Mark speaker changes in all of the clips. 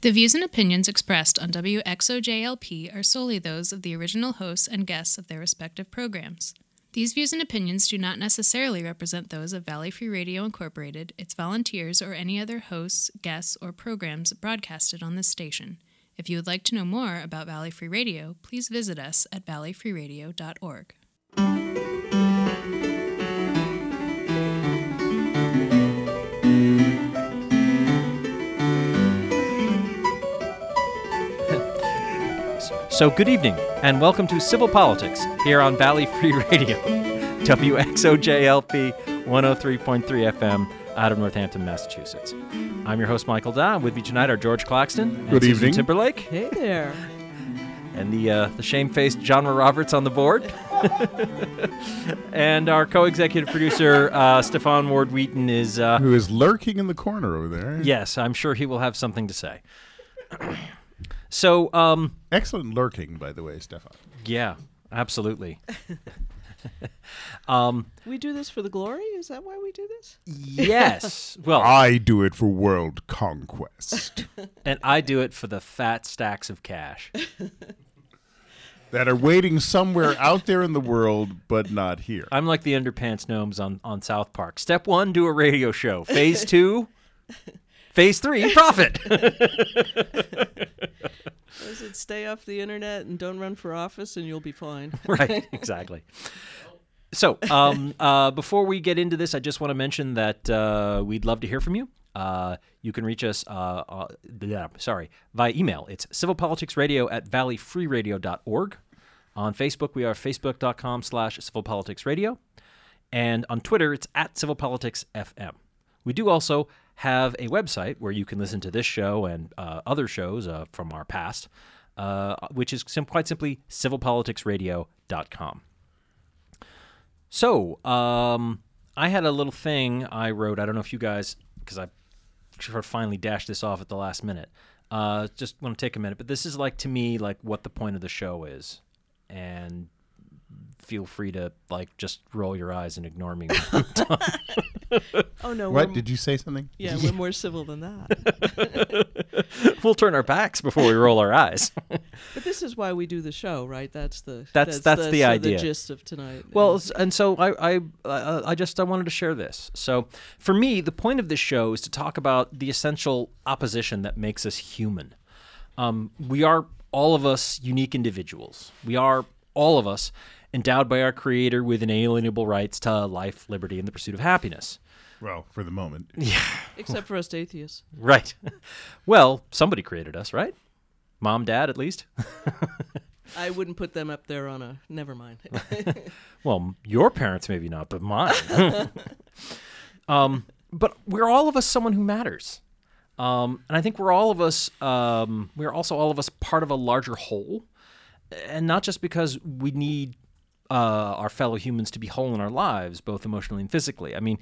Speaker 1: The views and opinions expressed on WXOJLP are solely those of the original hosts and guests of their respective programs. These views and opinions do not necessarily represent those of Valley Free Radio Incorporated, its volunteers, or any other hosts, guests, or programs broadcasted on this station. If you would like to know more about Valley Free Radio, please visit us at valleyfreeradio.org.
Speaker 2: So, good evening, and welcome to Civil Politics here on Valley Free Radio, WXOJLP 103.3 FM out of Northampton, Massachusetts. I'm your host, Michael Dodd. With me tonight are George Claxton, and
Speaker 3: Good
Speaker 2: Susan
Speaker 3: evening.
Speaker 2: Timberlake,
Speaker 4: Hey there.
Speaker 2: and the, uh, the shamefaced John Roberts on the board, and our co executive producer, uh, Stefan Ward Wheaton, is. Uh,
Speaker 3: Who is lurking in the corner over there?
Speaker 2: yes, I'm sure he will have something to say. so, um,
Speaker 3: Excellent lurking, by the way, Stefan.
Speaker 2: yeah, absolutely.
Speaker 4: We do this for the glory? Is that why we do this?
Speaker 2: Yes. Well,
Speaker 3: I do it for world conquest
Speaker 2: And I do it for the fat stacks of cash.
Speaker 3: that are waiting somewhere out there in the world, but not here.
Speaker 2: I'm like the underpants gnomes on, on South Park. Step one, do a radio show. Phase two, phase three, profit.
Speaker 4: Or is it stay off the internet and don't run for office and you'll be fine?
Speaker 2: right, exactly. So, um, uh, before we get into this, I just want to mention that uh, we'd love to hear from you. Uh, you can reach us, uh, uh, blah, sorry, via email. It's civilpoliticsradio at valleyfreeradio.org. On Facebook, we are facebook.com slash civilpoliticsradio. And on Twitter, it's at civilpoliticsfm. We do also have a website where you can listen to this show and uh, other shows uh, from our past, uh, which is sim- quite simply civilpoliticsradio.com. So, um, I had a little thing I wrote. I don't know if you guys, because I sort of finally dashed this off at the last minute. Uh, just want to take a minute, but this is like to me like what the point of the show is, and feel free to like just roll your eyes and ignore me.
Speaker 4: Oh, no.
Speaker 3: What?
Speaker 4: We're,
Speaker 3: Did you say something?
Speaker 4: yeah, we're more civil than that.
Speaker 2: we'll turn our backs before we roll our eyes.
Speaker 4: But this is why we do the show, right? That's the
Speaker 2: That's- that's the
Speaker 4: so
Speaker 2: idea.
Speaker 4: the gist of tonight.
Speaker 2: Well, s- and so I, I, I I just I wanted to share this. So for me, the point of this show is to talk about the essential opposition that makes us human. Um, we are all of us unique individuals. We are all of us endowed by our Creator with inalienable rights to life, liberty, and the pursuit of happiness.
Speaker 3: Well, for the moment.
Speaker 4: except for us atheists.
Speaker 2: Right. well, somebody created us, right? Mom, Dad, at least.
Speaker 4: I wouldn't put them up there on a. Never mind.
Speaker 2: Well, m- your parents maybe not, but mine. um, but we're all of us someone who matters, um, and I think we're all of us. Um, we're also all of us part of a larger whole, and not just because we need uh, our fellow humans to be whole in our lives, both emotionally and physically. I mean,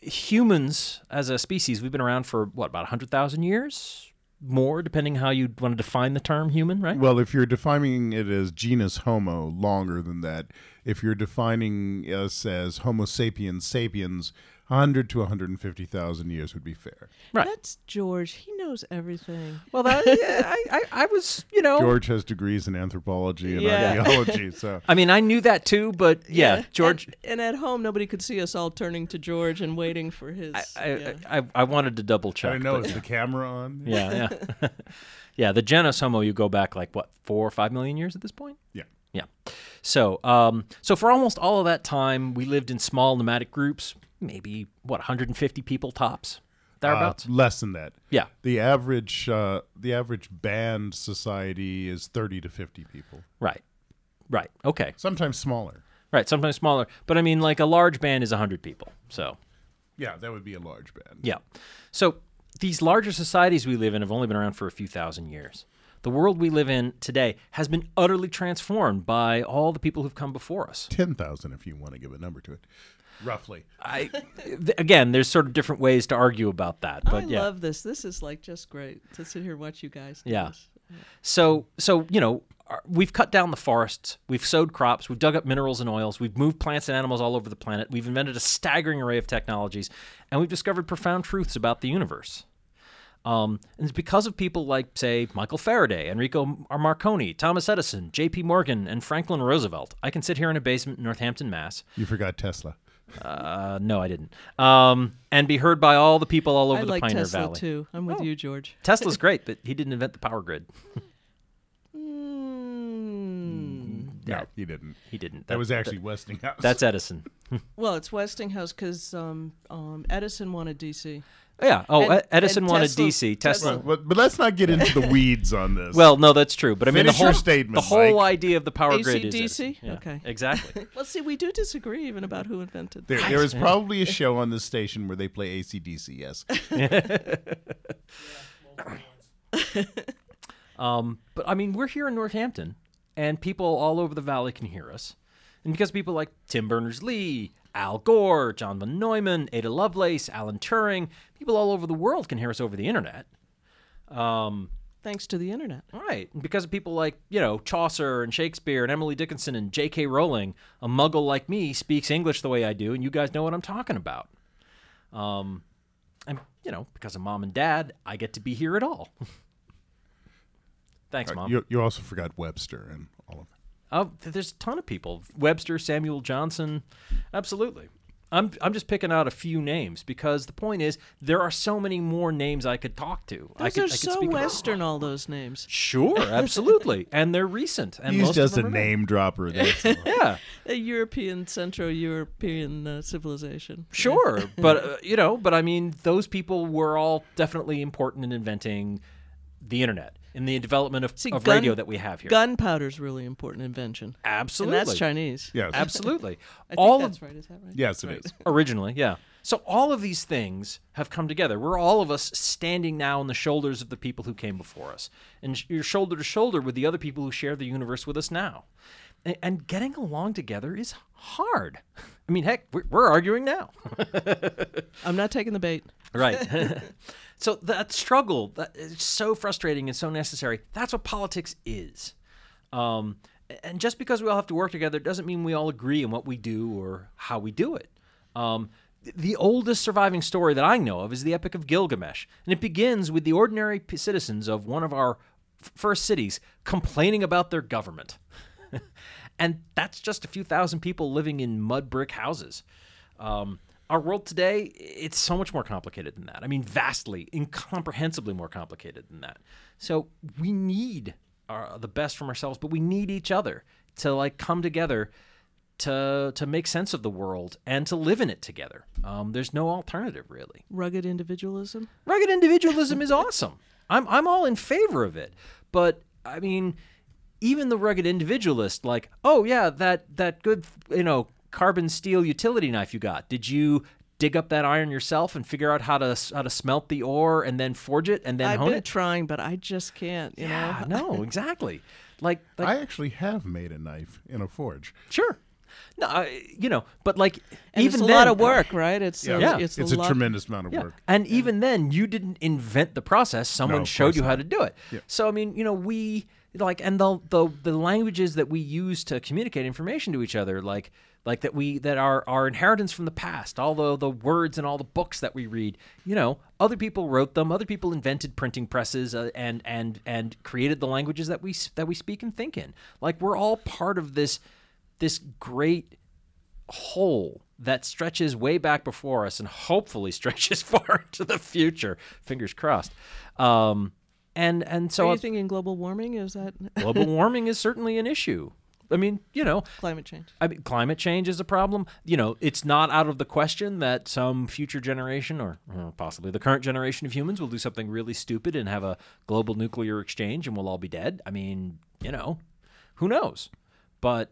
Speaker 2: humans as a species, we've been around for what about hundred thousand years, more, depending how you want to define the term human, right?
Speaker 3: Well, if you're defining it as genus Homo, longer than that. If you're defining us as Homo sapiens sapiens, 100 to 150,000 years would be fair.
Speaker 2: Right.
Speaker 4: That's George. He knows everything.
Speaker 2: Well, that, yeah, I, I, I was, you know,
Speaker 3: George has degrees in anthropology and
Speaker 4: Oh. Yeah.
Speaker 3: archaeology, so
Speaker 2: I mean, I knew that too, but yeah, George.
Speaker 4: And, and at home, nobody could see us all turning to George and waiting for his. yeah.
Speaker 2: I, I, I, I wanted to double check.
Speaker 3: I know.
Speaker 2: but-
Speaker 3: Is the camera on?
Speaker 2: yeah, yeah, yeah. The genus Homo, you go back like what four or five million years at this point.
Speaker 3: Yeah.
Speaker 2: Yeah. So, um, so for almost all of that time, we lived in small nomadic groups, maybe what 150 people tops, thereabouts.
Speaker 3: Uh, less than that.
Speaker 2: yeah.
Speaker 3: The average uh, the average band society is thirty to fifty people,
Speaker 2: Right. Right. Okay.
Speaker 3: sometimes smaller.
Speaker 2: Right. Sometimes smaller, but I mean, like a large band is 100 people. So
Speaker 3: Yeah, that would be a large band.
Speaker 2: Yeah. So these larger societies we live in have only been around for a few thousand years. The world we live in today has been utterly transformed by all the people who've come before us.
Speaker 3: ten thousand if you want to give a number to it, roughly.
Speaker 2: I, th- again, there's sort of different ways to argue about that, but
Speaker 4: I
Speaker 2: yeah.
Speaker 4: love this. This is like just great to sit here and watch you guys. do
Speaker 2: Yeah.
Speaker 4: this.
Speaker 2: So, so you know, our- we've cut down the forests, we've sowed crops, we've dug up minerals and oils, we've moved plants and animals all over the planet, we've invented a staggering array of technologies, and we've discovered profound truths about the universe. Um, and it's because of people like, say, Michael Faraday, Enrico M- uh, Marconi, Thomas Edison, J.P. Morgan, and Franklin Roosevelt. I can sit here in a basement in Northampton, Mass.
Speaker 3: You forgot Tesla.
Speaker 2: Uh, no, I didn't. Um, and be heard by all the people all over
Speaker 4: I
Speaker 2: the
Speaker 4: like
Speaker 2: Pioneer
Speaker 4: Tesla
Speaker 2: Valley.
Speaker 4: too. I'm with you, George.
Speaker 2: Tesla's great, but he didn't invent the power grid.
Speaker 4: Hmm.
Speaker 2: Mm-hmm.
Speaker 3: No, he didn't.
Speaker 2: He didn't.
Speaker 3: That was actually Westinghouse.
Speaker 2: that's Edison.
Speaker 4: Well, it's Westinghouse because um, um, Edison wanted DC.
Speaker 2: Yeah. Oh,
Speaker 4: And-
Speaker 2: E- Edison
Speaker 4: and
Speaker 2: wanted
Speaker 4: Tesla-
Speaker 2: DC. Tesla.
Speaker 4: Tesla-
Speaker 3: But, but let's not get into the weeds on this.
Speaker 2: Well, no, that's true. But I mean, the
Speaker 3: Finish your
Speaker 2: whole
Speaker 3: statement,
Speaker 2: the whole
Speaker 3: Mike.
Speaker 2: idea of the power grid is
Speaker 4: AC/DC?
Speaker 2: Edison. Yeah,
Speaker 4: Okay.
Speaker 2: Exactly.
Speaker 4: Well, see, we do disagree even about who invented
Speaker 3: there, there is probably a show on this station where they play ACDC, yes.
Speaker 2: um, but I mean, we're here in Northampton, and people all over the valley can hear us, and because people like Tim Berners Lee. Al Gore, John von Neumann, Ada Lovelace, Alan Turing, people all over the world can hear us over the internet.
Speaker 4: thanks to the internet.
Speaker 2: Right. And because of people like, you know, Chaucer and Shakespeare and Emily Dickinson and J.K. Rowling, a muggle like me speaks English the way I do, and you guys know what I'm talking about. Um, and, you know, because of mom and dad, I get to be here at all. Thanks, mom.
Speaker 3: You, you also forgot Webster and all of that.
Speaker 2: Oh, th- there's a ton of people. Webster, Samuel Johnson, absolutely. I'm I'm just picking out a few names because the point is there are so many more names I could talk to. I
Speaker 4: Those
Speaker 2: could,
Speaker 4: are
Speaker 2: I could
Speaker 4: so
Speaker 2: speak about-
Speaker 4: Western, all those names.
Speaker 2: Sure, absolutely, and they're recent. And
Speaker 3: He's
Speaker 2: most of
Speaker 3: just a
Speaker 2: them are not.
Speaker 3: name dropper. That's all.
Speaker 2: Yeah,
Speaker 4: A European, Central European uh, civilization.
Speaker 2: sure, but uh, you know, but I mean, those people were all definitely important in inventing the internet, in the development of,
Speaker 4: See,
Speaker 2: of
Speaker 4: gun-
Speaker 2: radio that we have here.
Speaker 4: Gunpowder's really important invention.
Speaker 2: Absolutely,
Speaker 4: And that's Chinese.
Speaker 3: Yes.
Speaker 2: Absolutely,
Speaker 4: I think
Speaker 2: all
Speaker 4: that's
Speaker 2: of
Speaker 4: right. Is that right?
Speaker 3: Yes, it
Speaker 4: Right.
Speaker 3: is.
Speaker 2: originally, yeah. So all of these things have come together. We're all of us standing now on the shoulders of the people who came before us, and sh- you're shoulder to shoulder with the other people who share the universe with us now. And, and getting along together is hard. I mean, heck, we're, we're arguing now.
Speaker 4: I'm not taking the bait.
Speaker 2: Right. so that struggle that is so frustrating and so necessary. That's what politics is. Um, and just because we all have to work together doesn't mean we all agree in what we do or how we do it. Um, th- the oldest surviving story that I know of is the Epic of Gilgamesh, and it begins with the ordinary p- citizens of one of our f- first cities complaining about their government. and that's just a few thousand people living in mud brick houses. Um, our world today, it's so much more complicated than that. I mean, vastly, incomprehensibly more complicated than that. So we need our, the best from ourselves, but we need each other to like come together to to make sense of the world and to live in it together. Um, there's no alternative, really.
Speaker 4: Rugged individualism.
Speaker 2: Rugged individualism is awesome. I'm I'm all in favor of it. But I mean, even the rugged individualist, like, oh yeah, that that good you know carbon steel utility knife you got. Did you dig up that iron yourself and figure out how to how to smelt the ore and then forge it and then
Speaker 4: I've
Speaker 2: hone
Speaker 4: been
Speaker 2: it?
Speaker 4: trying, but I just can't. You
Speaker 2: Yeah,
Speaker 4: know.
Speaker 2: no, exactly. Like, like
Speaker 3: I actually have made a knife in a forge.
Speaker 2: sure. No, I, you know, but like
Speaker 4: And
Speaker 2: even
Speaker 4: it's a
Speaker 2: then,
Speaker 4: lot of work, right? It's uh,
Speaker 2: Yeah.
Speaker 4: It's,
Speaker 3: It's
Speaker 4: a,
Speaker 3: a
Speaker 4: lot-
Speaker 3: tremendous amount of
Speaker 2: Yeah.
Speaker 3: work.
Speaker 2: And even then, you didn't invent the process. Someone
Speaker 3: of
Speaker 2: showed
Speaker 3: course
Speaker 2: you how to do it. So I mean, you know, we like and the, the the languages that we use to communicate information to each other, like like that we that are our inheritance from the past, all the the words and all the books that we read, you know, other people wrote them, other people invented printing presses uh, and and and created the languages that we s- that we speak and think in. Like we're all part of this this great hole that stretches way back before us and hopefully stretches far into the future. Fingers crossed. Um, and and so
Speaker 4: Are you thinking global warming? Is that
Speaker 2: global warming is certainly an issue. I mean, you know,
Speaker 4: climate change?
Speaker 2: I mean, climate change is a problem. You know, it's not out of the question that some future generation or, or possibly the current generation of humans will do something really stupid and have a global nuclear exchange and we'll all be dead. I mean, you know, who knows? But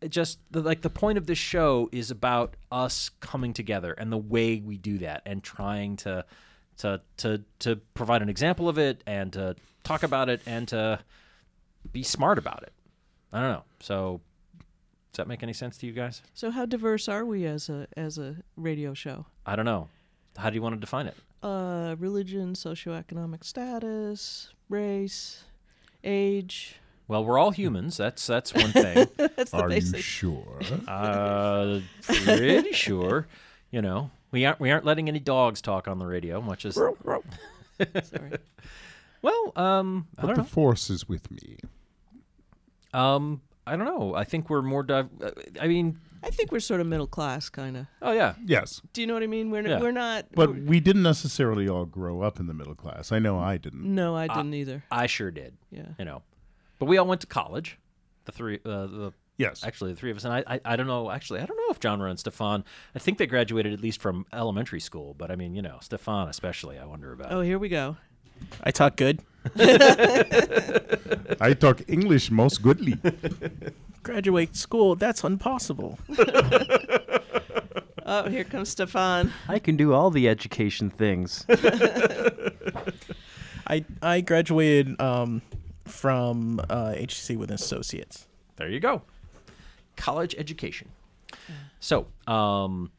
Speaker 2: it just the, like the point of this show is about us coming together and the way we do that and trying to to to to provide an example of it and to talk about it and to be smart about it. I don't know. So does that make any sense to you guys?
Speaker 4: So how diverse are we as a as a radio show?
Speaker 2: I don't know. How do you want to define it?
Speaker 4: Uh, religion, socioeconomic status, race, age.
Speaker 2: Well, we're all humans. That's that's one thing.
Speaker 4: That's the
Speaker 3: Are you
Speaker 4: basic.
Speaker 3: sure?
Speaker 2: uh, pretty sure. You know, we aren't we aren't letting any dogs talk on the radio, much as
Speaker 4: Sorry.
Speaker 2: Well, um, I
Speaker 3: But
Speaker 2: don't
Speaker 3: the
Speaker 2: know.
Speaker 3: force is with me.
Speaker 2: Um, I don't know. I think we're more. Div- uh, I mean,
Speaker 4: I think we're sort of middle class, kind of.
Speaker 2: oh yeah,
Speaker 3: Yes.
Speaker 4: Do you know what I mean? We're,
Speaker 2: Oh, Yeah.
Speaker 4: we're not.
Speaker 3: But
Speaker 4: we're-
Speaker 3: we didn't necessarily all grow up in the middle class. I know I
Speaker 2: Mm.
Speaker 3: didn't.
Speaker 4: no, I didn't either.
Speaker 2: I sure did.
Speaker 4: Yeah.
Speaker 2: You know, but we all went to college. The three, uh, the
Speaker 3: Yes.
Speaker 2: actually the three of us, and I, I, I don't know. Actually, I don't know if John and Stefan. I think they graduated at least from elementary school, but I mean, you know, Stefan especially. I wonder about.
Speaker 4: Oh, here we go.
Speaker 5: I talk good.
Speaker 3: I talk English most goodly.
Speaker 5: Graduate school, that's impossible.
Speaker 4: Oh, here comes Stefan.
Speaker 6: I can do all the education things.
Speaker 5: I I graduated um, from uh, HC with an associates.
Speaker 2: There you go. College education. So, um,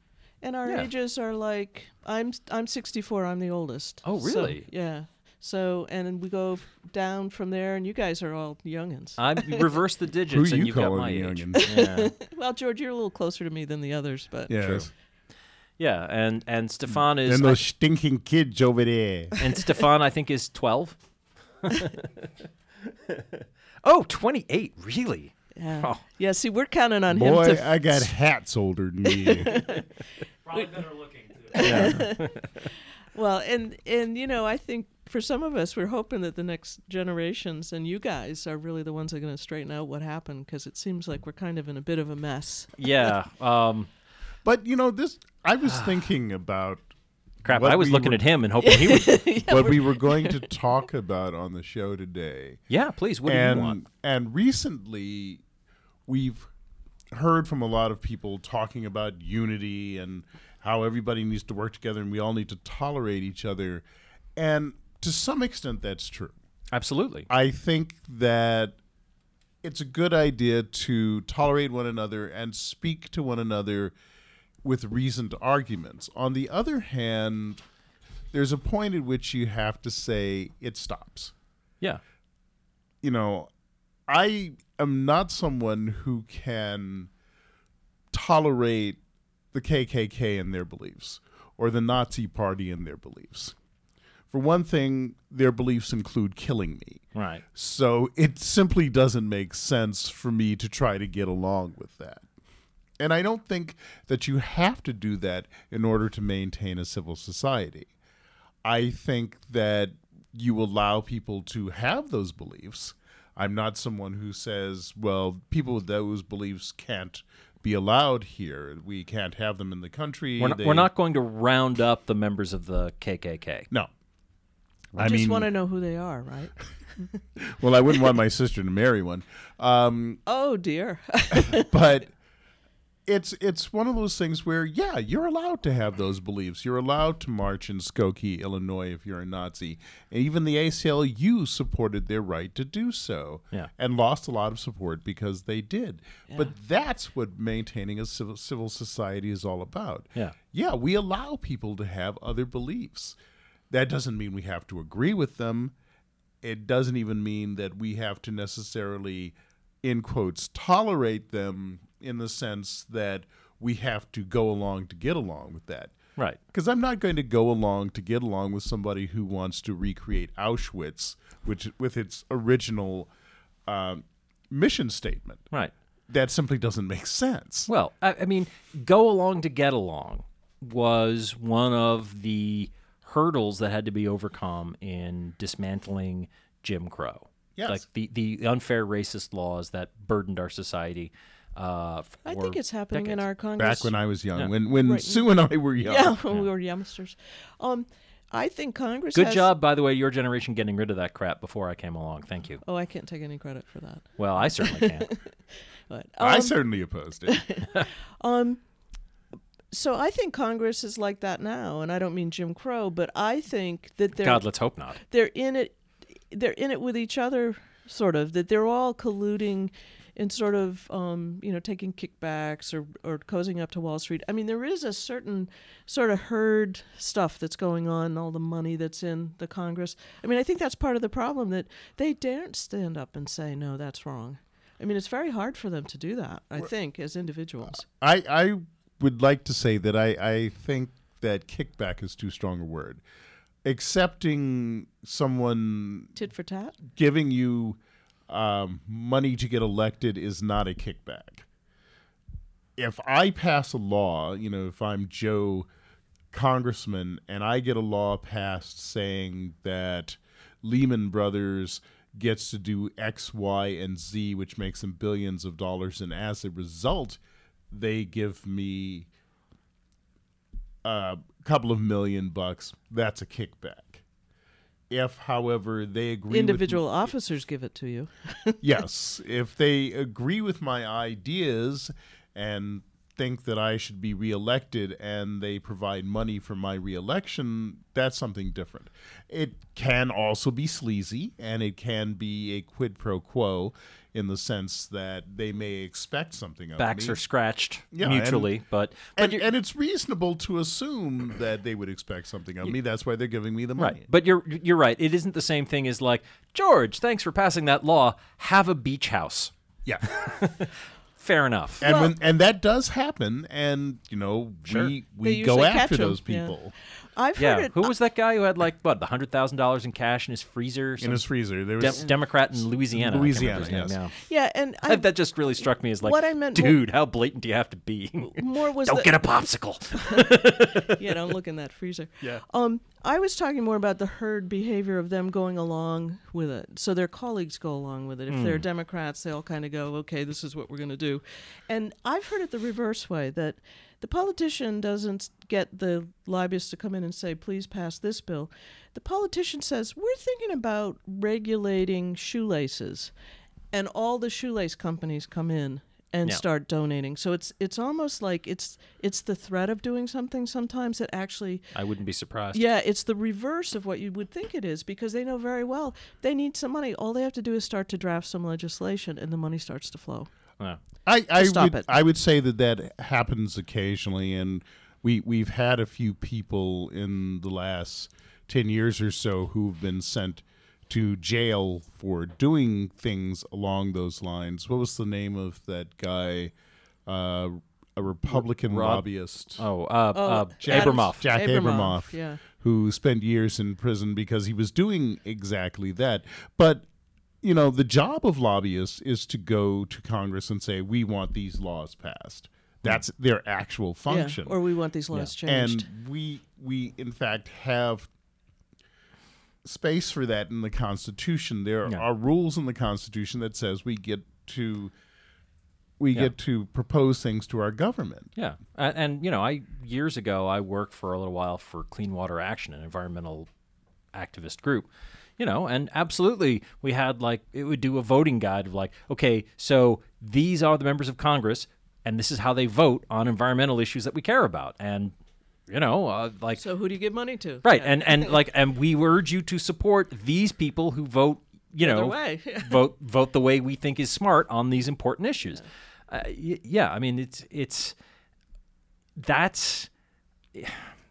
Speaker 4: And our
Speaker 2: Yeah.
Speaker 4: ages are like I'm I'm 64. I'm the oldest.
Speaker 2: Oh,
Speaker 4: So,
Speaker 2: really?
Speaker 4: yeah. So and we go f- down from there, and you guys are all youngins.
Speaker 2: I reverse the digits,
Speaker 3: Who
Speaker 2: and
Speaker 3: you
Speaker 2: you've got
Speaker 3: calling
Speaker 2: my
Speaker 3: a
Speaker 2: age.
Speaker 3: youngin'?
Speaker 2: Yeah.
Speaker 4: well, George, you're a little closer to me than the others, but
Speaker 3: Yes.
Speaker 2: yeah, and and Stefan is
Speaker 3: And those stinking kids over there.
Speaker 2: And Stefan, I think, is 12. oh, 28. Really?
Speaker 4: yeah.
Speaker 2: Oh.
Speaker 4: Yeah, See, we're counting on him.
Speaker 3: Boy,
Speaker 4: to
Speaker 3: I got hats older than you.
Speaker 7: Probably better looking too.
Speaker 4: Well, and and you know, I think for some of us, we're hoping that the next generations and you guys are really the ones that are going to straighten out what happened because it seems like we're kind of in a bit of a mess.
Speaker 2: Yeah. Um,
Speaker 3: But you know, this I was thinking about
Speaker 2: Ah. crap.
Speaker 3: What
Speaker 2: I was
Speaker 3: we
Speaker 2: looking
Speaker 3: were-
Speaker 2: at him and hoping he would.
Speaker 3: what we were going to talk about on the show today.
Speaker 2: Yeah, please. What do you
Speaker 3: and
Speaker 2: want?
Speaker 3: and recently we've heard from a lot of people talking about unity and how everybody needs to work together and we all need to tolerate each other. And to some extent that's true.
Speaker 2: Absolutely.
Speaker 3: I think that it's a good idea to tolerate one another and speak to one another with reasoned arguments. On the other hand, there's a point at which you have to say it stops.
Speaker 2: Yeah.
Speaker 3: You know, I am not someone who can tolerate the KKK and their beliefs or the Nazi party and their beliefs. For one thing, their beliefs include killing me.
Speaker 2: Right.
Speaker 3: So it simply doesn't make sense for me to try to get along with that. And I don't think that you have to do that in order to maintain a civil society. I think that you allow people to have those beliefs. I'm not someone who says, well, people with those beliefs can't be allowed here. We can't have them in the country.
Speaker 2: We're not,
Speaker 3: They-
Speaker 2: we're not going to round up the members of the KKK.
Speaker 3: No.
Speaker 4: I just want to know who they are, right?
Speaker 3: well, I wouldn't want my sister to marry one. Um,
Speaker 4: Oh dear.
Speaker 3: but it's it's one of those things where yeah you're allowed to have those beliefs you're allowed to march in skokie illinois if you're a nazi and even the aclu supported their right to do so
Speaker 2: Yeah.
Speaker 3: and lost a lot of support because they did but that's what maintaining a civil, civil society is all about
Speaker 2: Yeah.
Speaker 3: yeah we allow people to have other beliefs that doesn't mean we have to agree with them it doesn't even mean that we have to necessarily in quotes tolerate them in the sense that we have to go along to get along with that
Speaker 2: Right.
Speaker 3: because i'm not going to go along to get along with somebody who wants to recreate auschwitz which with its original um, mission statement
Speaker 2: Right.
Speaker 3: that simply doesn't make sense
Speaker 2: Well, I, I mean, go along to get along was one of the hurdles that had to be overcome in dismantling Jim Crow.
Speaker 3: Yes.
Speaker 2: Like the, the unfair racist laws that burdened our society. Uh, for
Speaker 4: I think it's happening in
Speaker 2: decades.
Speaker 4: our Congress.
Speaker 3: back when i was young when when sue and i were young
Speaker 4: yeah, when we were youngsters. Um, I think Congress.
Speaker 2: Good
Speaker 4: has-
Speaker 2: job, by the way, your generation getting rid of that crap before I came along. Thank you.
Speaker 4: Oh, I can't take any credit for that.
Speaker 2: Well, I certainly can.
Speaker 4: But
Speaker 3: i
Speaker 4: um,
Speaker 3: certainly opposed it
Speaker 4: Um, so I think Congress is like that now, and I don't mean Jim Crow, but I think that they're
Speaker 2: God, let's hope not.
Speaker 3: Oh,
Speaker 4: they're in it, they're in it with each other, sort of. That they're all colluding, and sort of um, you know taking kickbacks or or cozying up to Wall Street. I mean, there is a certain sort of herd stuff that's going on, all the money that's in the Congress. I mean, I think that's part of the problem that they daren't stand up and say no, that's wrong. I mean, it's very hard for them to do that. I think as individuals.
Speaker 3: I I would like to say that I I think that kickback is too strong a word. accepting someone
Speaker 4: Tit for tat.
Speaker 3: giving you um, money to get elected is not a kickback. If I pass a law, you know, if I'm Joe Congressman and I get a law passed saying that Lehman Brothers gets to do X, Y, and Z, which makes them billions of dollars, and as a result, they give me uh, a couple of million bucks, that's a kickback. If, however, they agree with
Speaker 4: Individual officers give it to you.
Speaker 3: yes, if they agree with my ideas and think that I should be reelected and they provide money for my reelection, that's something different. It can also be sleazy and it can be a quid pro quo in the sense that they may expect something of
Speaker 2: Backs
Speaker 3: me.
Speaker 2: are scratched
Speaker 3: Yeah, and-
Speaker 2: mutually, but but
Speaker 3: and,
Speaker 2: you're-
Speaker 3: and it's reasonable to assume that they would expect something of me. That's why they're giving me the money.
Speaker 2: Right. But you're you're right. It isn't the same thing as like, George, thanks for passing that law. Have a beach house.
Speaker 3: Yeah.
Speaker 2: Fair enough.
Speaker 3: And when and that does happen, and you know we we
Speaker 4: They
Speaker 3: go
Speaker 4: usually
Speaker 3: after
Speaker 4: catch 'em,
Speaker 3: those
Speaker 4: yeah.
Speaker 3: people.
Speaker 4: I've heard
Speaker 2: Yeah.
Speaker 4: it.
Speaker 2: Who was that guy who had like what, the hundred thousand dollars in cash in his freezer?
Speaker 3: in
Speaker 2: Some
Speaker 3: his freezer. There
Speaker 2: de-
Speaker 3: was
Speaker 2: Democrat in Louisiana. I can't
Speaker 3: Louisiana,
Speaker 2: remember his name
Speaker 3: yes.
Speaker 4: yeah, and
Speaker 2: now.
Speaker 4: I,
Speaker 2: That just really struck me as like,
Speaker 4: What I meant-
Speaker 2: dude, how blatant do you have to be?
Speaker 4: more was
Speaker 2: Don't
Speaker 4: the-
Speaker 2: get a popsicle.
Speaker 4: yeah, don't look in that freezer. Yeah. Um, I was talking more about the herd behavior of them going along with it. So their colleagues go along with it. If they're Democrats, they all kind of go, okay, this is what we're going to do. And I've heard it the reverse way that the politician doesn't get the lobbyists to come in and say, please pass this bill. The politician says, we're thinking about regulating shoelaces. And all the shoelace companies come in and
Speaker 2: Yeah.
Speaker 4: start start donating. So it's it's almost like it's it's the threat of doing something sometimes that actually
Speaker 2: I wouldn't be surprised.
Speaker 4: yeah, it's the reverse of what you would think it is because they know very well they need some money. All they have to do is start to draft some legislation and the money starts to flow.
Speaker 2: Wow.
Speaker 3: I, I
Speaker 4: Stop
Speaker 3: would,
Speaker 4: it.
Speaker 3: I would say that that happens occasionally, and we we've had a few people in the last ten years or so who've been sent to jail for doing things along those lines. What was the name of that guy? Uh, a Republican
Speaker 2: Rob-
Speaker 3: lobbyist.
Speaker 2: Oh, uh, uh,
Speaker 3: Jack-
Speaker 2: Abramoff.
Speaker 3: Jack
Speaker 4: Abramoff,
Speaker 3: Abramoff,
Speaker 4: yeah.
Speaker 3: who spent years in prison because he was doing exactly that. But you know, the job of lobbyists is to go to Congress and say, "We want these laws passed." That's their actual function.
Speaker 4: Hmm. Yeah, or we want these laws changed.
Speaker 3: and we we in fact have space for that in the Constitution. There are rules in the Constitution that says we get to we get to propose things to our government.
Speaker 2: Yeah, and, and you know, I years ago I worked for a little while for Clean Water Action, an environmental activist group. You know, and absolutely, we had like it would do a voting guide of like, okay, so these are the members of Congress, and this is how they vote on environmental issues that we care about, and you know, uh, like
Speaker 4: so who do you give money to?
Speaker 2: right,
Speaker 4: Yeah.
Speaker 2: and and like, and we urge you to support these people who vote. You know,
Speaker 4: way.
Speaker 2: vote vote the way we think is smart on these important issues. Uh, y- yeah, I mean it's it's that's.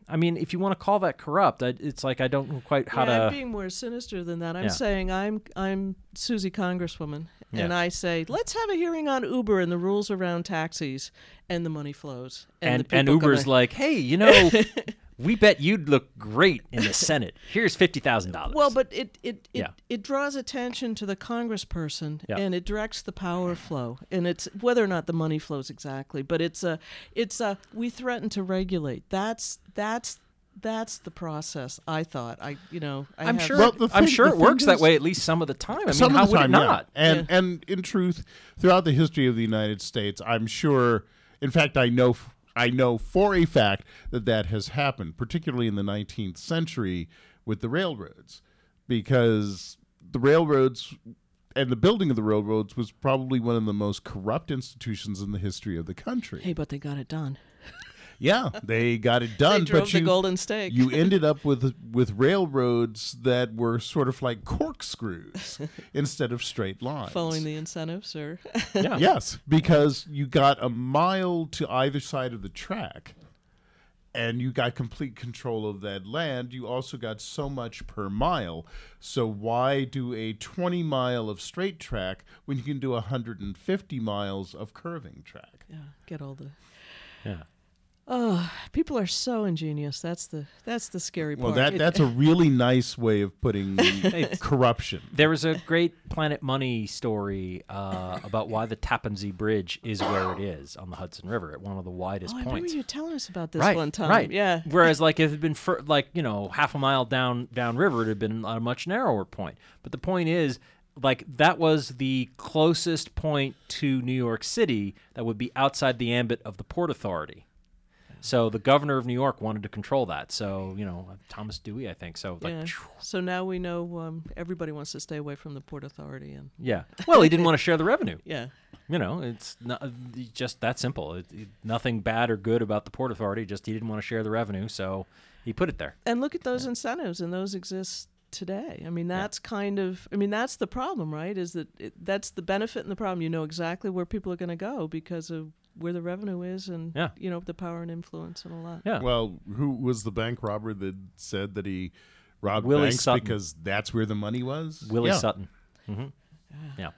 Speaker 2: I mean, if you want to call that corrupt, I, it's like I don't know quite how
Speaker 4: yeah, I'm
Speaker 2: to.
Speaker 4: being more sinister than that. I'm
Speaker 2: Yeah.
Speaker 4: saying I'm I'm Susie Congresswoman, and
Speaker 2: Yeah.
Speaker 4: I say let's have a hearing on Uber and the rules around taxis, and the money flows.
Speaker 2: And
Speaker 4: the
Speaker 2: and
Speaker 4: people
Speaker 2: Uber's
Speaker 4: come in.
Speaker 2: like, hey, you know, we bet you'd look great in the Senate. Here's fifty thousand dollars.
Speaker 4: Well, but it it it,
Speaker 2: Yeah.
Speaker 4: it draws attention to the congressperson
Speaker 2: Yeah.
Speaker 4: and it directs the power flow. And it's whether or not the money flows exactly, but it's a it's a we threaten to regulate. That's that's that's the process. I thought I you know I
Speaker 2: I'm
Speaker 4: have-
Speaker 2: sure.
Speaker 3: Well, the
Speaker 2: I'm
Speaker 3: thing-
Speaker 2: sure
Speaker 3: the
Speaker 2: it
Speaker 3: thing
Speaker 2: works that
Speaker 3: is-
Speaker 2: way at least some of the time. I mean,
Speaker 3: Some
Speaker 2: how
Speaker 3: of the
Speaker 2: would
Speaker 3: time,
Speaker 2: it
Speaker 3: yeah.
Speaker 2: not?
Speaker 3: And and in truth, throughout the history of the United States, I'm sure. In fact, I know f- I know for a fact that that has happened, particularly in the 19th century with the railroads, because the railroads and the building of the railroads was probably one of the most corrupt institutions in the history of the country.
Speaker 4: Hey, but they got it done.
Speaker 3: Yeah, they got it done.
Speaker 4: They drove
Speaker 3: but
Speaker 4: the
Speaker 3: you,
Speaker 4: golden stake.
Speaker 3: You ended up with with railroads that were sort of like corkscrews instead of straight lines.
Speaker 4: Following the incentives, or
Speaker 3: Yes, because you got a mile to either side of the track and you got complete control of that land. You also got so much per mile. So why do a 20 mile of straight track when you can do 150 miles of curving track?
Speaker 4: yeah, get all the
Speaker 2: Yeah.
Speaker 4: Oh, people are so ingenious. That's the that's the scary
Speaker 3: Well,
Speaker 4: part.
Speaker 3: that
Speaker 4: It- oh,
Speaker 3: that's a really nice way of putting corruption.
Speaker 2: There was a great Planet Money story uh, about why the Tappan Zee Bridge is where it is on the Hudson River at one of the widest
Speaker 4: oh, I remember
Speaker 2: points.
Speaker 4: you telling us about this
Speaker 2: right,
Speaker 4: one time.
Speaker 2: right.
Speaker 4: Yeah.
Speaker 2: Whereas, like, if it had been fur- like you know half a mile down down river, it had been a much narrower point. But the point is, like, that was the closest point to New York City that would be outside the ambit of the Port Authority. So the governor of New York wanted to control that. So you know Thomas Dewey, I think. So like,
Speaker 4: yeah.
Speaker 2: phew,
Speaker 4: So now we know um, everybody wants to stay away from the Port Authority and
Speaker 2: yeah. Well, he didn't want to share the revenue.
Speaker 4: yeah.
Speaker 2: You know, it's not, uh, just that simple. It, it- nothing bad or good about the Port Authority. Just he didn't want to share the revenue, so he put it there.
Speaker 4: And look at those incentives, and those exist today. I mean, that's kind of, I mean, that's the problem, right? Is that it, that's the benefit and the problem. You know exactly where people are going to go because of where the revenue is and,
Speaker 2: Yeah.
Speaker 4: you know, the power and influence and all that.
Speaker 2: Yeah.
Speaker 3: Well, who was the bank robber that said that he robbed
Speaker 2: Willie
Speaker 3: banks
Speaker 2: Sutton.
Speaker 3: because that's where the money was?
Speaker 2: Willie
Speaker 3: Yeah.
Speaker 2: Sutton. hmm Yeah.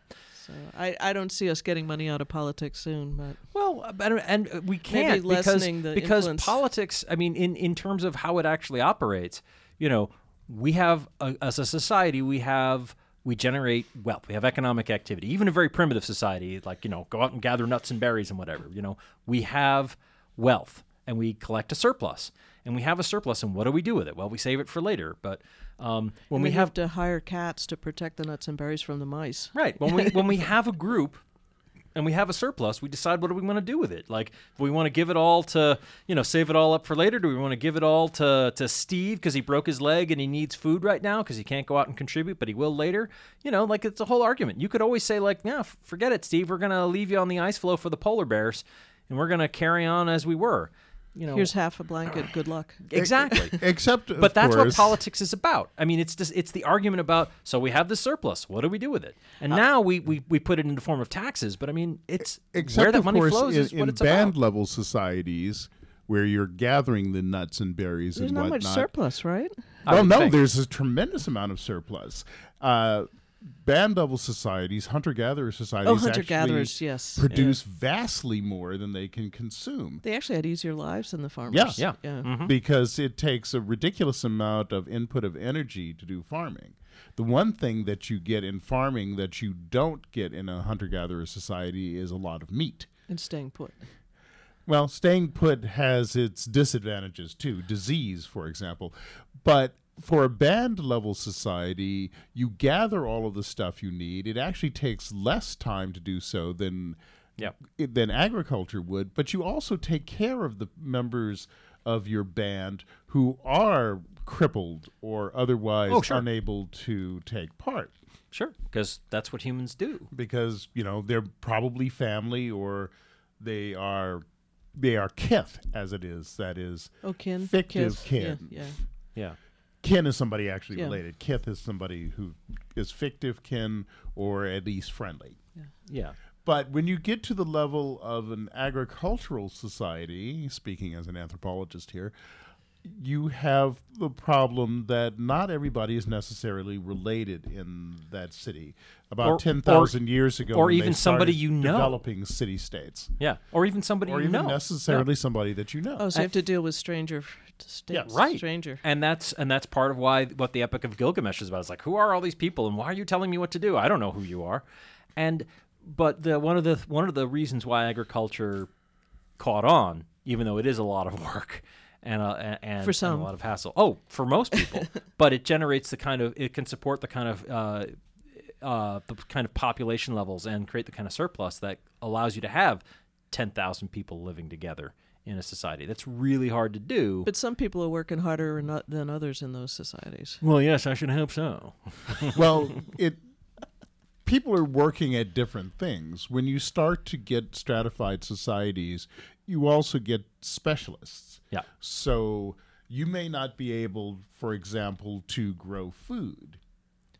Speaker 4: So I, I don't see us getting money out of politics soon, but
Speaker 2: Well, uh, but- and uh, we can't because,
Speaker 4: lessening the
Speaker 2: because
Speaker 4: influence.
Speaker 2: politics. I mean, in in terms of how it actually operates, you know, we have uh, as a society we have we generate wealth. We have economic activity. Even a very primitive society, like you know, go out and gather nuts and berries and whatever. You know, we have wealth and we collect a surplus. And we have a surplus, and what do we do with it? Well, we save it for later. But um, when
Speaker 4: we
Speaker 2: we
Speaker 4: have,
Speaker 2: have
Speaker 4: to hire cats to protect the nuts and berries from the mice.
Speaker 2: Right. When we when we have a group and we have a surplus, we decide what do we want to do with it. Like, do we want to give it all to you know save it all up for later? Do we want to give it all to to Steve because he broke his leg and he needs food right now because he can't go out and contribute, but he will later? You know, like it's a whole argument. You could always say like, no, f- forget it, Steve. We're gonna leave you on the ice floe for the polar bears, and we're gonna carry on as we were. You know,
Speaker 4: Here's half a blanket. Good luck.
Speaker 2: exactly.
Speaker 3: Except, of
Speaker 2: But that's
Speaker 3: course-
Speaker 2: what politics is about. I mean, it's just it's the argument about so we have the surplus. What do we do with it?
Speaker 3: Uh,
Speaker 2: And now we, we, we put it in the form of taxes. But I mean, it's
Speaker 3: e-, Except,
Speaker 2: where that
Speaker 3: of
Speaker 2: money
Speaker 3: course,
Speaker 2: flows
Speaker 3: in,
Speaker 2: is what
Speaker 3: in
Speaker 2: it's
Speaker 3: band
Speaker 2: about.
Speaker 3: level societies where you're gathering the nuts and berries
Speaker 4: There's
Speaker 3: and
Speaker 4: not
Speaker 3: whatnot.
Speaker 4: much surplus, right?
Speaker 2: I
Speaker 3: well,
Speaker 2: would
Speaker 3: no,
Speaker 2: think.
Speaker 3: there's a tremendous amount of surplus. Uh, band level societies, hunter gatherer societies,
Speaker 4: Oh,
Speaker 3: actually
Speaker 4: hunter-gatherers, yes. Yeah.
Speaker 3: produce vastly more than they can consume.
Speaker 4: They actually had easier lives than the farmers.
Speaker 3: Yeah.
Speaker 2: Yeah. Mm.
Speaker 4: Yeah.
Speaker 3: because it takes a ridiculous amount of input of energy to do farming. The one thing that you get in farming that you don't get in a hunter gatherer society is a lot of meat.
Speaker 4: And staying put.
Speaker 3: Well, staying put has its disadvantages too, disease, for example. But for a band level society, you gather all of the stuff you need. It actually takes less time to do so than
Speaker 2: Yeah.
Speaker 3: it- than agriculture would, but you also take care of the members of your band who are crippled or otherwise
Speaker 2: Oh, sure.
Speaker 3: unable to take part
Speaker 2: Sure, because that's what humans do.
Speaker 3: because you know they're probably family or they are they are kith as it is that is
Speaker 4: Oh, kin.
Speaker 3: fictive
Speaker 4: kiss.
Speaker 3: kin
Speaker 4: Yeah. yeah.
Speaker 2: Yeah.
Speaker 3: kin is somebody actually
Speaker 4: Yeah.
Speaker 3: related kith is somebody who is fictive kin or at least friendly
Speaker 2: Yeah.
Speaker 3: But when you get to the level of an agricultural society, speaking as an anthropologist here, you have the problem that not everybody is necessarily related in that city. About
Speaker 2: Or-
Speaker 3: ten thousand
Speaker 2: or-
Speaker 3: years ago,
Speaker 2: or
Speaker 3: when they
Speaker 2: even somebody
Speaker 3: started
Speaker 2: you know.
Speaker 3: developing city states,
Speaker 2: Yeah. Or even somebody
Speaker 3: or
Speaker 2: you
Speaker 3: even
Speaker 2: know.
Speaker 3: necessarily somebody that you know.
Speaker 4: Oh, so you have to deal with stranger. St-
Speaker 3: Yeah,
Speaker 2: right
Speaker 4: Stranger.
Speaker 2: and that's and that's part of why what the epic of gilgamesh is about it's like who are all these people and why are you telling me what to do i don't know who you are and but the one of the one of the reasons why agriculture caught on even though it is a lot of work and uh, a, and,
Speaker 4: For
Speaker 2: and
Speaker 4: some.
Speaker 2: a lot of hassle oh for most people but it generates the kind of it can support the kind of uh, uh, the kind of population levels and create the kind of surplus that allows you to have 10,000 people living together in a society. That's really hard to do.
Speaker 4: But some people are working harder or not than others in those societies.
Speaker 2: Well, yes, I should hope so.
Speaker 3: well, it people are working at different things. When you start to get stratified societies, you also get specialists.
Speaker 2: Yeah.
Speaker 3: So you may not be able, for example, to grow food.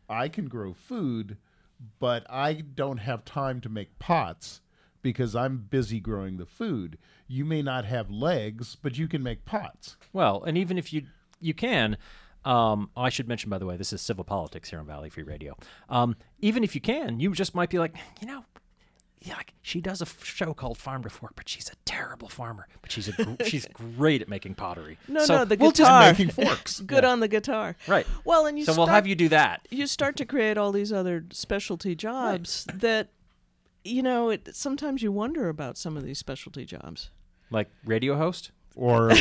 Speaker 3: I can grow food, but I don't have time to make pots because I'm busy growing the food. You may not have legs, but you can make pots.
Speaker 2: Well, and even if you you can, um, I should mention by the way, this is civil politics here on Valley Free Radio. Um, even if you can, you just might be like, you know, yeah, like, she does a f- show called Farm to Fork, but she's a terrible farmer. But she's a gr- she's great at making pottery.
Speaker 4: No,
Speaker 2: So
Speaker 4: no, the
Speaker 2: we'll just
Speaker 4: guitar.
Speaker 2: make-
Speaker 3: making forks.
Speaker 4: Good on the guitar.
Speaker 2: Right.
Speaker 4: Well, and you
Speaker 2: so
Speaker 4: start,
Speaker 2: we'll have you do that.
Speaker 4: you start to create all these other specialty jobs that you know, it sometimes you wonder about some of these specialty jobs.
Speaker 2: Like radio host?
Speaker 3: or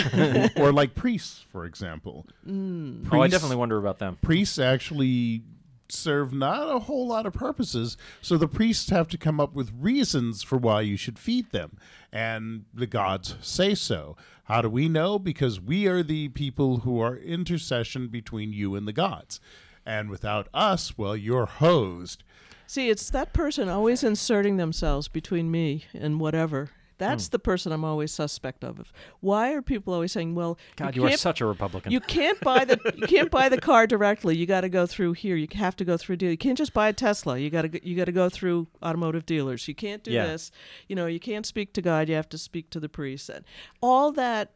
Speaker 3: or like priests, for example.
Speaker 2: Oh, I
Speaker 3: Priests-
Speaker 2: definitely wonder about them.
Speaker 3: priests actually serve not a whole lot of purposes. So the priests have to come up with reasons for why you should feed them. And the gods say so. How do we know? Because we are the people who are intercession between you and the gods. And without us, well, you're hosed.
Speaker 4: See, it's that person always inserting themselves between me and whatever. That's
Speaker 2: Hmm.
Speaker 4: the person I'm always suspect of. Why are people always saying, "Well,
Speaker 2: God,
Speaker 4: you,
Speaker 2: you, are
Speaker 4: can't-
Speaker 2: such a Republican.
Speaker 4: You can't buy the you can't buy the car directly. You got to go through here. You have to go through a dealer. You can't just buy a Tesla. You got to you got to go through automotive dealers. You can't do
Speaker 2: Yeah.
Speaker 4: this. You know, you can't speak to God. You have to speak to the priest. And all that,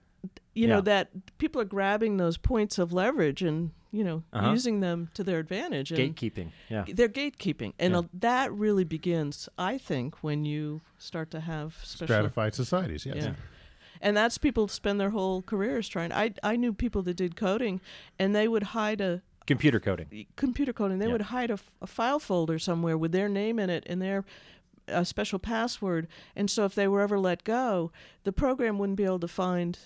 Speaker 4: you
Speaker 2: Yeah.
Speaker 4: know, that people are grabbing those points of leverage and you know
Speaker 2: Uh-huh.
Speaker 4: using them to their advantage. And
Speaker 2: Gatekeeping. Yeah.
Speaker 4: They're gatekeeping, and uh, that really begins, I think, when you start to have special
Speaker 3: Stratified societies, yes.
Speaker 4: yeah. And that's people spend their whole careers trying. I I knew people that did coding, and they would hide a
Speaker 2: Computer coding.
Speaker 4: computer coding. They
Speaker 2: Yeah.
Speaker 4: would hide a, f- a file folder somewhere with their name in it and their a special password. And so if they were ever let go, the program wouldn't be able to find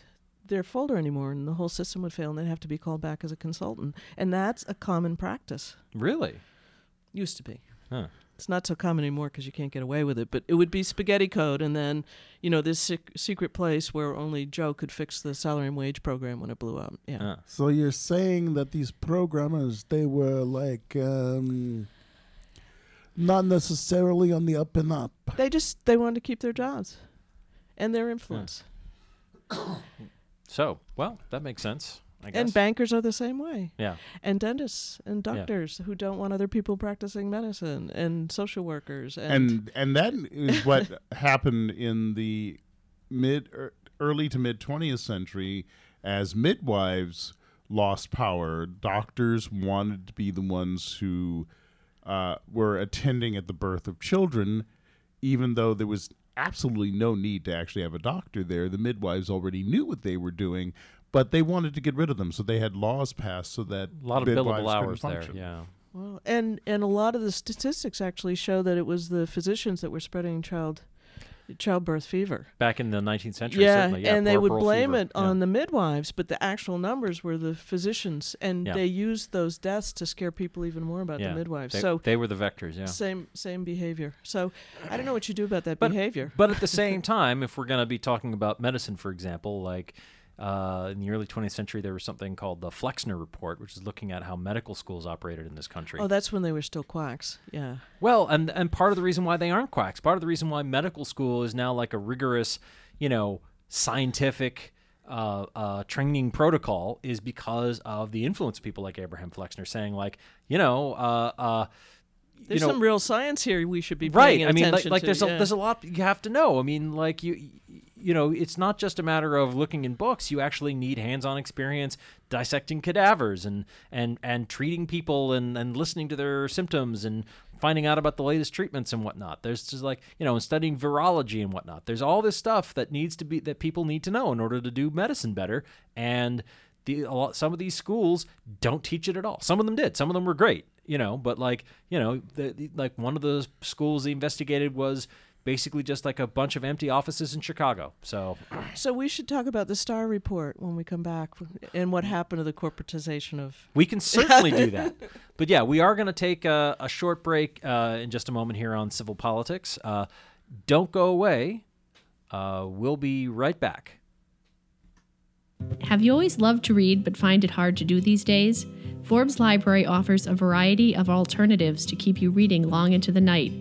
Speaker 4: their folder anymore, and the whole system would fail, and they'd have to be called back as a consultant. And that's a common practice.
Speaker 2: Really?
Speaker 4: Used to be.
Speaker 2: Huh.
Speaker 4: It's not so common anymore because you can't get away with it. But it would be spaghetti code, and then you know this sec- secret place where only Joe could fix the salary and wage program when it blew up. Yeah,
Speaker 2: Uh.
Speaker 8: So you're saying that these programmers they were like um, not necessarily on the up and up.
Speaker 4: they just they wanted to keep their jobs and their influence.
Speaker 2: So, well, that makes sense. I guess.
Speaker 4: And bankers are the same way,
Speaker 2: yeah.
Speaker 4: and dentists and doctors who don't want other people practicing medicine, and social workers, and,
Speaker 3: and and that is what happened in the mid er, early to mid 20th century as midwives lost power doctors wanted to be the ones who uh, were attending at the birth of children even though there was absolutely no need to actually have a doctor there the midwives already knew what they were doing but they wanted to get rid of them so they had laws passed so that
Speaker 2: A lot of
Speaker 3: midwives
Speaker 2: billable
Speaker 3: couldn't
Speaker 2: hours there.
Speaker 3: function.
Speaker 2: Yeah.
Speaker 4: well, and and a lot of the statistics actually show that it was the physicians that were spreading child childbirth fever.
Speaker 2: Back in the 19th century, certainly. Yeah,
Speaker 4: and they would
Speaker 2: puerperal
Speaker 4: blame
Speaker 2: fever.
Speaker 4: it
Speaker 2: Yeah.
Speaker 4: on the midwives, but the actual numbers were the physicians, and
Speaker 2: Yeah.
Speaker 4: they used those deaths to scare people even more about
Speaker 2: Yeah.
Speaker 4: the midwives.
Speaker 2: They-
Speaker 4: so
Speaker 2: they were the vectors. Yeah.
Speaker 4: same same behavior. So I don't know what you do about that behavior.
Speaker 2: But at the same time, if we're going to be talking about medicine, for example, like uh, in the early 20th century, there was something called the Flexner Report, which is looking at how medical schools operated in this country.
Speaker 4: Oh, that's when they were still quacks. Yeah,
Speaker 2: well, and and part of the reason why they aren't quacks, part of the reason why medical school is now like a rigorous, you know, scientific. Uh, uh, training protocol is because of the influence of people like Abraham Flexner saying like you know uh, uh, you
Speaker 4: there's
Speaker 2: know-
Speaker 4: some real science here we should be
Speaker 2: right
Speaker 4: Paying
Speaker 2: i mean like,
Speaker 4: attention
Speaker 2: like
Speaker 4: to,
Speaker 2: there's
Speaker 4: yeah.
Speaker 2: a there's a lot you have to know i mean like you you know it's not just a matter of looking in books you actually need hands-on experience dissecting cadavers and and and treating people and and listening to their symptoms and finding out about the latest treatments and whatnot there's just like you know and studying virology and whatnot there's all this stuff that needs to be that people need to know in order to do medicine better and the, a lot, some of these schools don't teach it at all. Some of them did. Some of them were great, you know. But like, you know, the, the- like one of the schools they investigated was basically just like a bunch of empty offices in Chicago. So
Speaker 4: so we should talk about the Star Report when we come back, and what happened to the corporatization of
Speaker 2: we can certainly do that. But yeah, we are going to take a, a short break uh, in just a moment here on civil politics. Uh, don't go away. Uh, we'll be right back.
Speaker 9: Have you always loved to read but find it hard to do these days? Forbes Library offers a variety of alternatives to keep you reading long into the night.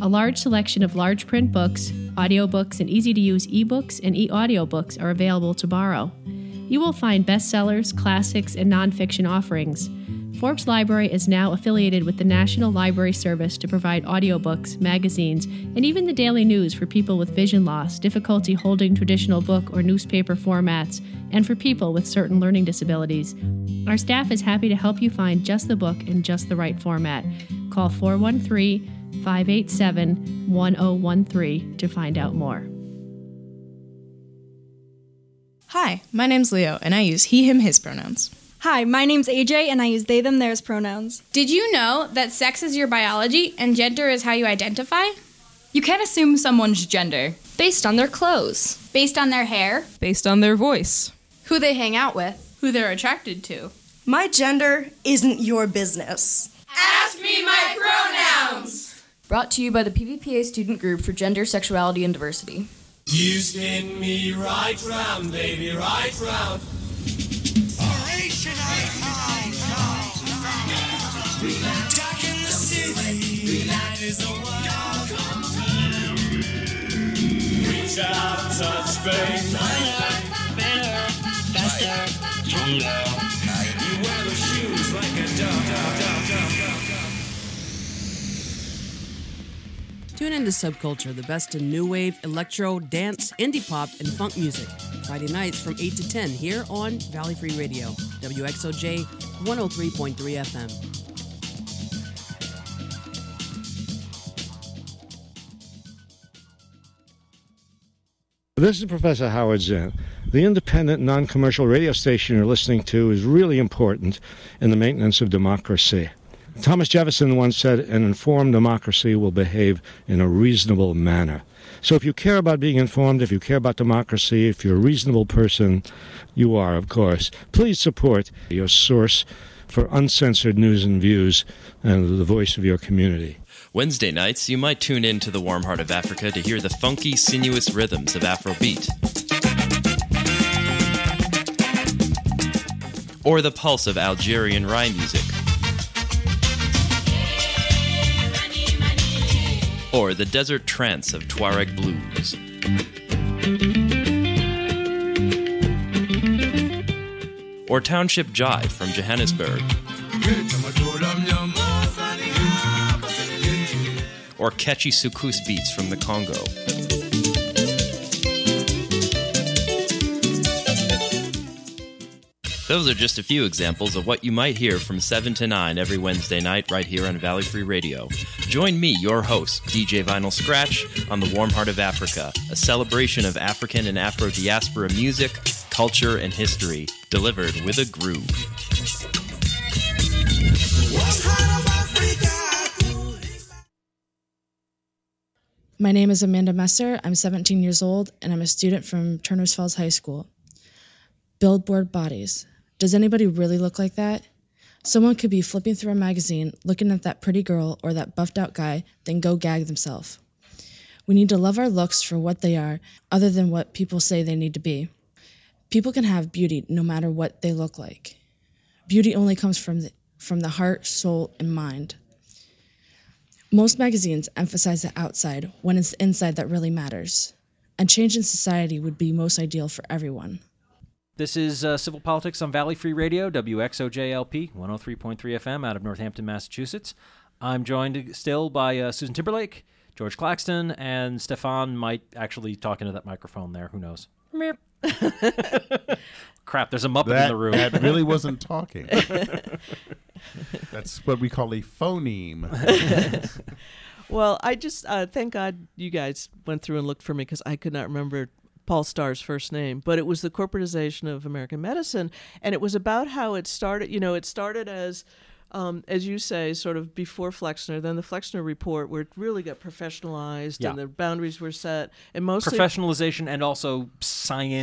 Speaker 9: A large selection of large print books, audiobooks, and easy to use ebooks and e audiobooks are available to borrow. You will find bestsellers, classics, and nonfiction offerings. Forbes Library is now affiliated with the National Library Service to provide audiobooks, magazines, and even the daily news for people with vision loss, difficulty holding traditional book or newspaper formats, and for people with certain learning disabilities. Our staff is happy to help you find just the book in just the right format. Call 413
Speaker 10: 587 1013 to find out more.
Speaker 11: Hi, my name's Leo, and I use he, him, his pronouns.
Speaker 12: Hi, my name's AJ, and I use they, them, theirs pronouns.
Speaker 13: Did you know that sex is your biology and gender is how you identify?
Speaker 14: You can't assume someone's gender
Speaker 13: based on their clothes, based on their hair,
Speaker 15: based on their voice,
Speaker 13: who they hang out with, who they're attracted to.
Speaker 16: My gender isn't your business.
Speaker 17: Ask me my pronouns!
Speaker 18: Brought to you by the PVPA Student Group for Gender, Sexuality, and Diversity.
Speaker 19: You spin me right round, baby, right round.
Speaker 20: Tune into Subculture, the best in new wave, electro, dance, indie pop, and funk music. Friday nights from 8 to 10 here on Valley Free Radio, WXOJ 103.3 FM.
Speaker 9: This is Professor Howard Zinn. The independent, non commercial radio station you're listening to is really important in the maintenance of democracy. Thomas Jefferson once said, An informed democracy will behave in a reasonable manner. So if you care about being informed, if you care about democracy, if you're a reasonable person, you are, of course, please support your source for uncensored news and views and the voice of your community.
Speaker 1: Wednesday nights, you might tune in to the warm heart of Africa to hear the funky, sinuous rhythms of Afrobeat. Or the pulse of Algerian rhyme music. Or the desert trance of Tuareg blues. Or Township Jive from Johannesburg. or catchy sukus beats from the Congo. Those are just a few examples of what you might hear from 7 to 9 every Wednesday night right here on Valley Free Radio. Join me, your host, DJ Vinyl Scratch, on The Warm Heart of Africa, a celebration of African and Afro diaspora music, culture, and history, delivered with a groove.
Speaker 21: My name is Amanda Messer. I'm 17 years old and I'm a student from Turner's Falls High School. Billboard bodies. Does anybody really look like that? Someone could be flipping through a magazine, looking at that pretty girl or that buffed out guy, then go gag themselves. We need to love our looks for what they are, other than what people say they need to be. People can have beauty no matter what they look like. Beauty only comes from the, from the heart, soul, and mind. Most magazines emphasize the outside when it's the inside that really matters. A change in society would be most ideal for everyone.
Speaker 2: This is uh, Civil Politics on Valley Free Radio, WXOJLP, 103.3 FM out of Northampton, Massachusetts. I'm joined still by uh, Susan Timberlake, George Claxton, and Stefan might actually talk into that microphone there. Who knows? Crap, there's a Muppet
Speaker 3: That-
Speaker 2: in the room.
Speaker 3: that really wasn't talking. That's what we call a phoneme.
Speaker 4: Well, I just uh, thank God you guys went through and looked for me because I could not remember Paul Starr's first name, but it was the corporatization of American medicine, and it was about how it started. You know, it started as um, as you say, sort of before Flexner, then the Flexner report, where it really got professionalized
Speaker 2: Yeah.
Speaker 4: and the boundaries were set, and mostly
Speaker 2: Professionalization and also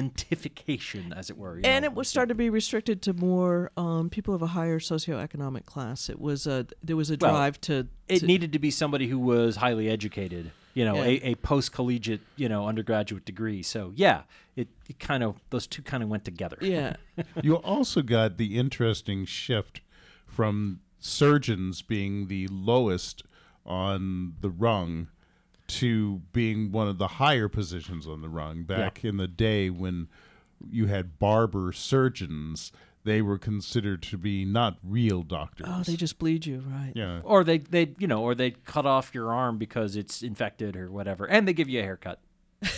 Speaker 2: scientification, as it were. you
Speaker 4: and
Speaker 2: know.
Speaker 4: it was started to be restricted to more um, people of a higher socioeconomic class. It was a there was a
Speaker 2: Well,
Speaker 4: drive to,
Speaker 2: It
Speaker 4: to
Speaker 2: needed to be somebody who was highly educated, you know,
Speaker 4: Yeah.
Speaker 2: a, a post collegiate, you know, undergraduate degree. So, yeah, it, it kind of, those two kind of went together.
Speaker 4: yeah.
Speaker 3: you also got the interesting shift from surgeons being the lowest on the rung to being one of the higher positions on the rung back in the day when you had barber surgeons they were considered to be not real doctors
Speaker 4: Oh, they just bleed you, right?
Speaker 3: yeah
Speaker 2: or they they you know or they cut off your arm because it's infected or whatever and they give you a haircut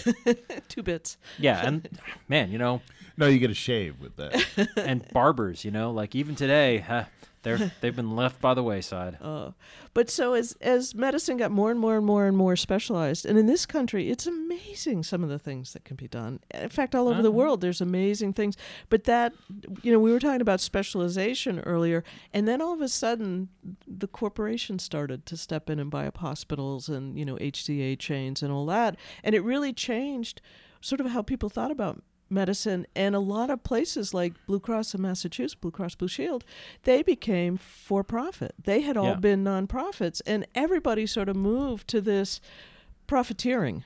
Speaker 4: Two bits.
Speaker 2: yeah and man you know
Speaker 3: no you get a shave with that
Speaker 2: and barbers you know like even today huh, They're they've been left by the wayside.
Speaker 4: Uh, but so as as medicine got more and more and more and more specialized, and in this country, it's amazing some of the things that can be done. In fact, all over the world, there's amazing things. But that, you know, we were talking about specialization earlier, and then all of a sudden, the corporation started to step in and buy up hospitals and you know HCA chains and all that, and it really changed sort of how people thought about medicine and a lot of places like blue cross in massachusetts blue cross blue shield they became for profit they had all
Speaker 2: Yeah.
Speaker 4: been nonprofits and everybody sort of moved to this profiteering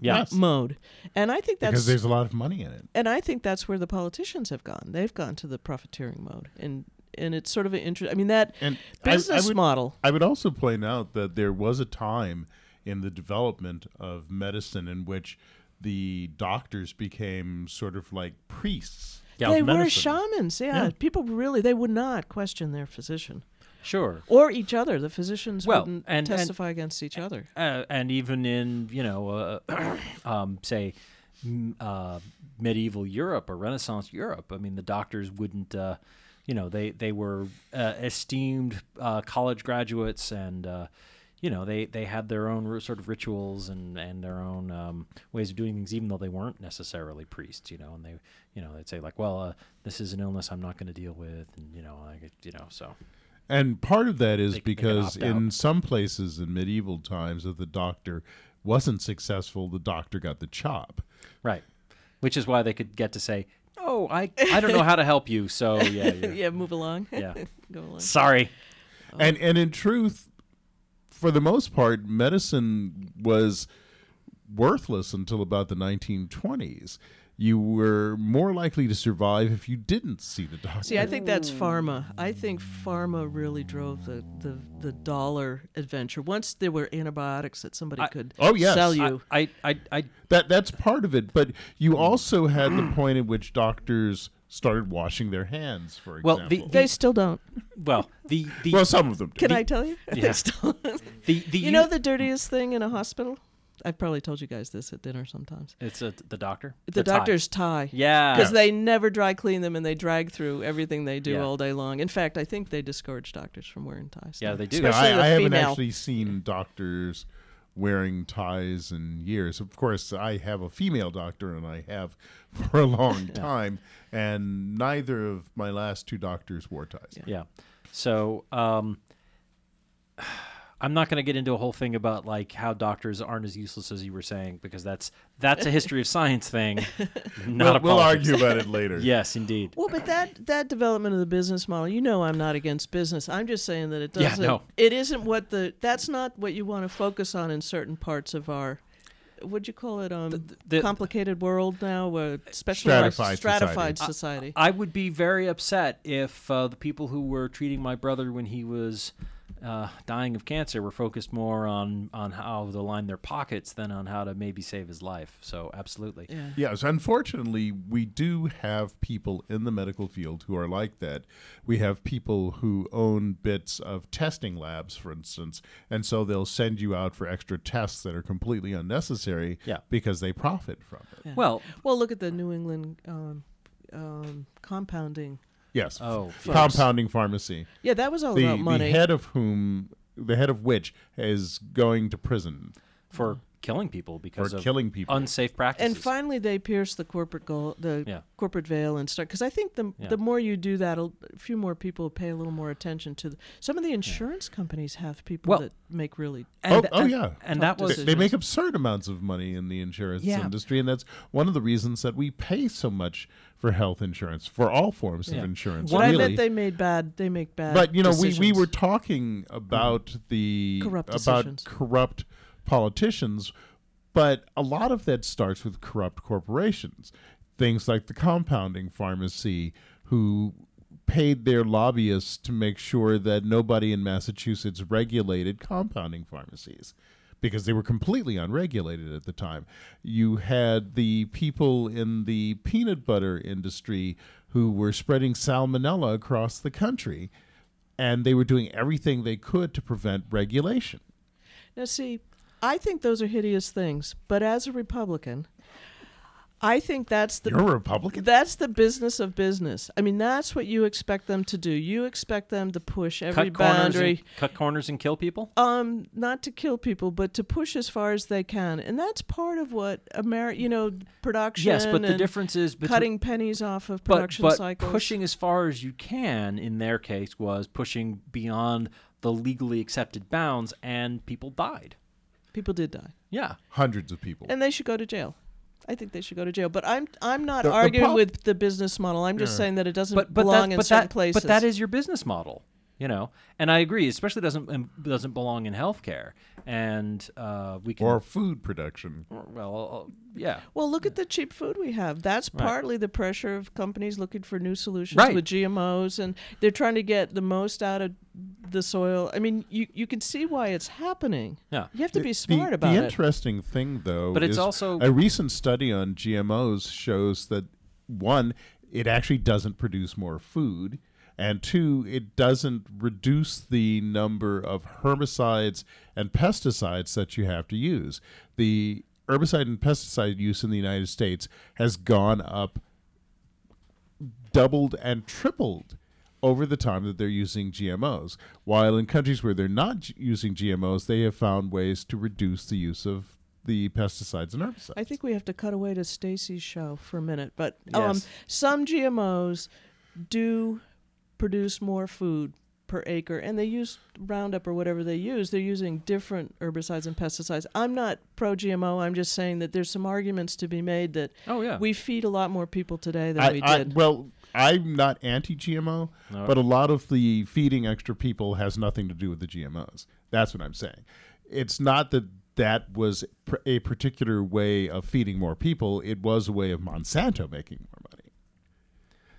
Speaker 3: Yeah.
Speaker 4: m- mode and i think that's
Speaker 3: because there's a lot of money in it.
Speaker 4: and i think that's where the politicians have gone they've gone to the profiteering mode and and it's sort of an interest i mean that
Speaker 3: I- I
Speaker 4: business
Speaker 3: would-
Speaker 4: model
Speaker 3: I would also point out that there was a time in the development of medicine in which the doctors became sort of like priests.
Speaker 4: they
Speaker 3: of
Speaker 4: were
Speaker 3: medicine.
Speaker 4: shamans yeah.
Speaker 3: Yeah.
Speaker 4: people really they would not question their physician
Speaker 2: Sure.
Speaker 4: or each other the physicians
Speaker 2: Well,
Speaker 4: wouldn't
Speaker 2: and- and-
Speaker 4: testify against each other
Speaker 2: Uh, and even in you know, uh, um, say, m- uh, medieval Europe or Renaissance Europe, I mean, the doctors wouldn't. Uh, you know, they they were uh, esteemed uh, college graduates, and uh, you know, they they had their own ri- sort of rituals and and their own um, ways of doing things, even though they weren't necessarily priests. You know, and they you know they'd say like, well, uh, this is an illness I'm not going to deal with, and you know, like you know, so
Speaker 3: And part of that is
Speaker 2: They- they could
Speaker 3: because
Speaker 2: opt out.
Speaker 3: in some places in medieval times, if the doctor wasn't successful, the doctor got the chop.
Speaker 2: Right. Which is why they could get to say, "Oh, I I don't know how to help you." So yeah, you're-
Speaker 4: yeah, move along.
Speaker 2: Yeah.
Speaker 4: Go along.
Speaker 2: Sorry.
Speaker 4: Oh.
Speaker 3: And and in truth, for the most part, medicine was worthless until about the 1920s. You were more likely to survive if you didn't see the doctor.
Speaker 4: See, I think that's pharma. I think pharma really drove the, the, the dollar adventure. Once there were antibiotics that somebody could
Speaker 3: oh yes.
Speaker 4: sell you.
Speaker 2: I, I, I,
Speaker 3: that that's part of it. But you
Speaker 4: Mm.
Speaker 3: also had the point at which doctors started washing their hands. For
Speaker 2: Well,
Speaker 3: example,
Speaker 2: the-
Speaker 4: they still don't.
Speaker 2: Well, the, the
Speaker 3: Well, some of them do.
Speaker 4: Can I tell you? They
Speaker 2: Yeah.
Speaker 4: still-
Speaker 2: the, the
Speaker 4: you know the dirtiest thing in a hospital? I've probably told you guys this at dinner sometimes.
Speaker 2: it's a, the doctor.
Speaker 4: The,
Speaker 2: tie.
Speaker 4: doctor's tie.
Speaker 2: Yeah.
Speaker 4: Because they never dry clean them and they drag through everything they do
Speaker 2: Yeah.
Speaker 4: all day long. In fact, I think they discourage doctors from wearing ties.
Speaker 2: Yeah,
Speaker 4: now.
Speaker 2: they do.
Speaker 3: Yeah,
Speaker 4: Especially
Speaker 3: I,
Speaker 4: the
Speaker 3: I haven't
Speaker 4: female.
Speaker 3: actually seen doctors wearing ties in years. Of course, I have a female doctor, and I have for a long time. And neither of my last two doctors wore ties.
Speaker 2: Yeah. So um, I'm not going to get into a whole thing about like how doctors aren't as useless as you were saying because that's that's a history of science thing. Not
Speaker 3: We'll-
Speaker 2: a
Speaker 3: we'll
Speaker 2: politics.
Speaker 3: argue about it later.
Speaker 2: yes, indeed.
Speaker 4: Well, but that that development of the business model, you know, I'm not against business. I'm just saying that it
Speaker 2: Yeah,
Speaker 4: doesn't.
Speaker 2: no.
Speaker 4: It isn't what the. That's not what you want to focus on in certain parts of our. What'd you call it? Um,
Speaker 2: the-
Speaker 4: complicated world now, where specialized
Speaker 3: Stratified
Speaker 4: stratified
Speaker 2: Uh,
Speaker 3: society.
Speaker 4: society.
Speaker 2: I would be very upset if uh, the people who were treating my brother when he was uh, dying of cancer were focused more on on how to line their pockets than on how to maybe save his life. So absolutely,
Speaker 3: Yes, unfortunately, we do have people in the medical field who are like that. We have people who own bits of testing labs, for instance, and so they'll send you out for extra tests that are completely unnecessary
Speaker 2: Yeah.
Speaker 3: because they profit from it.
Speaker 4: Yeah.
Speaker 2: Well-
Speaker 4: well, look at the New England um, um, compounding.
Speaker 3: Yes.
Speaker 2: Oh,
Speaker 3: f-
Speaker 2: yes.
Speaker 3: compounding pharmacy.
Speaker 4: Yeah, that was all
Speaker 3: the,
Speaker 4: about money.
Speaker 3: The head of whom, the head of which, is going to prison
Speaker 2: for killing people because of
Speaker 3: killing people.
Speaker 2: unsafe practices.
Speaker 4: And finally, they pierce the corporate goal, the
Speaker 2: Yeah.
Speaker 4: corporate veil, and start. Because I think the
Speaker 2: Yeah.
Speaker 4: the more you do that, a few more people pay a little more attention to. The, some of the insurance companies have people
Speaker 2: Well-
Speaker 4: that make really.
Speaker 3: oh, oh, yeah,
Speaker 4: tough
Speaker 3: they,
Speaker 4: decisions.
Speaker 3: make absurd amounts of money in the insurance
Speaker 4: Yeah.
Speaker 3: industry, and that's one of the reasons that we pay so much for health insurance for all forms
Speaker 4: Yeah.
Speaker 3: of insurance.
Speaker 4: But
Speaker 3: really,
Speaker 4: I bet they made bad. They make bad.
Speaker 3: but you know, we we
Speaker 4: decisions. Mm-hmm.
Speaker 3: were talking about the
Speaker 4: Corrupt
Speaker 3: about
Speaker 4: decisions.
Speaker 3: corrupt politicians, but a lot of that starts with corrupt corporations, things like the compounding pharmacy, who paid their lobbyists to make sure that nobody in Massachusetts regulated compounding pharmacies. Because they were completely unregulated at the time. You had the people in the peanut butter industry who were spreading salmonella across the country and they were doing everything they could to prevent regulation.
Speaker 4: Now, see, I think those are hideous things, but as a Republican, I think that's the
Speaker 3: You're a Republican?
Speaker 4: That's the business of business. I mean, that's what you expect them to do. You expect them to push every
Speaker 2: cut corners,
Speaker 4: boundary.
Speaker 2: and, cut corners, and kill people.
Speaker 4: Um, not to kill people, but to push as far as they can, and that's part of what Ameri- you know, production.
Speaker 2: Yes, but the
Speaker 4: and
Speaker 2: difference is between-
Speaker 4: cutting pennies off of
Speaker 2: But,
Speaker 4: production
Speaker 2: but
Speaker 4: cycles.
Speaker 2: pushing as far as you can in their case was pushing beyond the legally accepted bounds, and people died.
Speaker 4: People did die.
Speaker 2: Yeah,
Speaker 3: hundreds of people.
Speaker 4: and they should go to jail. I think they should go to jail. But I'm I'm not
Speaker 2: The- the
Speaker 4: arguing
Speaker 2: prob-
Speaker 4: with the business model. I'm just
Speaker 2: Yeah.
Speaker 4: saying that it doesn't
Speaker 2: But- but that-
Speaker 4: belong in
Speaker 2: but
Speaker 4: certain
Speaker 2: that-
Speaker 4: places.
Speaker 2: But that is your business model, you know. And I agree, especially doesn't um, doesn't belong in healthcare, and uh, we can
Speaker 3: or food production.
Speaker 2: Well, uh, yeah.
Speaker 4: Well, look at the cheap food we have. That's
Speaker 2: Right.
Speaker 4: partly the pressure of companies looking for new solutions
Speaker 2: Right.
Speaker 4: with GMOs, and they're trying to get the most out of the soil. I mean, you you can see why it's happening.
Speaker 3: Yeah.
Speaker 4: you have to
Speaker 3: The-
Speaker 4: be smart
Speaker 3: the,
Speaker 4: about
Speaker 3: the
Speaker 4: it.
Speaker 3: interesting thing, though,
Speaker 2: But it's
Speaker 3: is
Speaker 2: also-
Speaker 3: a recent study on GMOs shows that one, it actually doesn't produce more food, and two, it doesn't reduce the number of herbicides and pesticides that you have to use. The herbicide and pesticide use in the United States has gone up doubled and tripled over the time that they're using GMOs. While in countries where they're not g- using GMOs, they have found ways to reduce the use of the pesticides and herbicides.
Speaker 4: I think we have to cut away to Stacy's show for a minute, but um,
Speaker 3: Yes.
Speaker 4: some GMOs do produce more food per acre, and they use Roundup or whatever they use. They're using different herbicides and pesticides. I'm not pro GMO. I'm just saying that there's some arguments to be made that
Speaker 2: oh, yeah.
Speaker 4: we feed a lot more people today than
Speaker 3: I-
Speaker 4: we
Speaker 3: I-
Speaker 4: did.
Speaker 3: well, I'm not anti-GMO,
Speaker 2: No.
Speaker 3: but a lot of the feeding extra people has nothing to do with the GMOs. That's what I'm saying. It's not that that was pr- a particular way of feeding more people. It was a way of Monsanto making more money.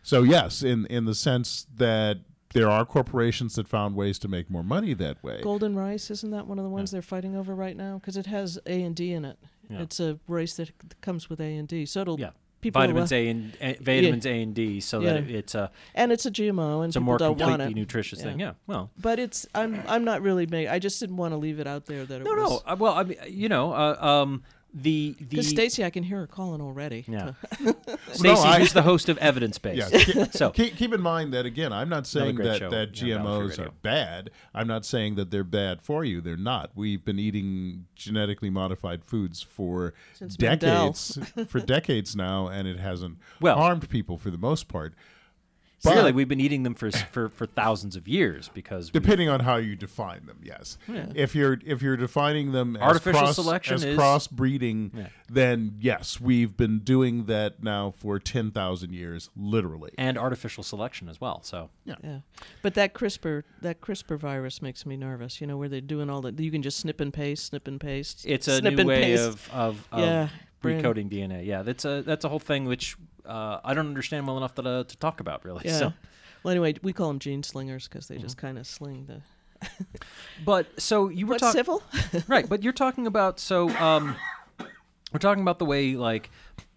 Speaker 3: So yes, in in the sense that there are corporations that found ways to make more money that way.
Speaker 4: Golden rice isn't that one of the ones they're fighting over right now because it has A and D in it.
Speaker 2: Yeah.
Speaker 4: It's a rice that comes with A and D, so it'll
Speaker 2: Yeah.
Speaker 4: people
Speaker 2: vitamins
Speaker 4: will-
Speaker 2: A and A- vitamins A and D, so that it-
Speaker 4: Yeah.
Speaker 2: it's a
Speaker 4: and it's a GMO, and
Speaker 2: it's a
Speaker 4: people
Speaker 2: more
Speaker 4: don't want
Speaker 2: completely
Speaker 4: it.
Speaker 2: nutritious thing. Yeah, well.
Speaker 4: but it's I'm I'm not really made. I just didn't want to leave it out there that it
Speaker 2: No,
Speaker 4: was.
Speaker 2: no. uh, Well, I mean, you know, uh, um, the the
Speaker 4: Because Stacy, I can hear her calling already.
Speaker 2: Yeah.
Speaker 3: Well, no,
Speaker 2: Stacy,
Speaker 3: I-
Speaker 2: who's the host of Evidence Base.
Speaker 3: Yeah, ke-
Speaker 2: so
Speaker 3: keep, keep in mind that again, I'm not saying
Speaker 2: great
Speaker 3: that,
Speaker 2: show
Speaker 3: that
Speaker 2: here on Battle Free
Speaker 3: GMOs are
Speaker 2: Radio.
Speaker 3: bad. I'm not saying that they're bad for you. They're not. We've been eating genetically modified foods for
Speaker 4: Since Mandel.
Speaker 3: decades, for decades now, and it hasn't
Speaker 2: Well-
Speaker 3: harmed people for the most part.
Speaker 2: really, we've been eating them for s- for, for thousands of years because we-
Speaker 3: Depending on how you define them, yes.
Speaker 2: Yeah.
Speaker 3: If you're if you're defining them as
Speaker 2: Artificial
Speaker 3: cross-
Speaker 2: selection
Speaker 3: as
Speaker 2: is-
Speaker 3: crossbreeding,
Speaker 2: Yeah.
Speaker 3: then yes, we've been doing that now for ten thousand years, literally.
Speaker 2: and artificial selection as well. So
Speaker 3: Yeah.
Speaker 4: Yeah. But that CRISPR that CRISPR virus makes me nervous. You know where they're doing all that. You can just snip and paste, snip and paste.
Speaker 2: it's a
Speaker 4: snip
Speaker 2: new
Speaker 4: and
Speaker 2: way
Speaker 4: paste.
Speaker 2: of of, of
Speaker 4: yeah, Bryn.
Speaker 2: recoding DNA. Yeah, that's a that's a whole thing which uh, I don't understand well enough that, uh, to talk about really.
Speaker 4: Yeah.
Speaker 2: So, Mm-hmm.
Speaker 4: Well, anyway, we call them gene slingers because they just kind of sling the.
Speaker 2: but so you were
Speaker 4: What's
Speaker 2: talking
Speaker 4: civil?
Speaker 2: right? But you're talking about so um, we're talking about the way like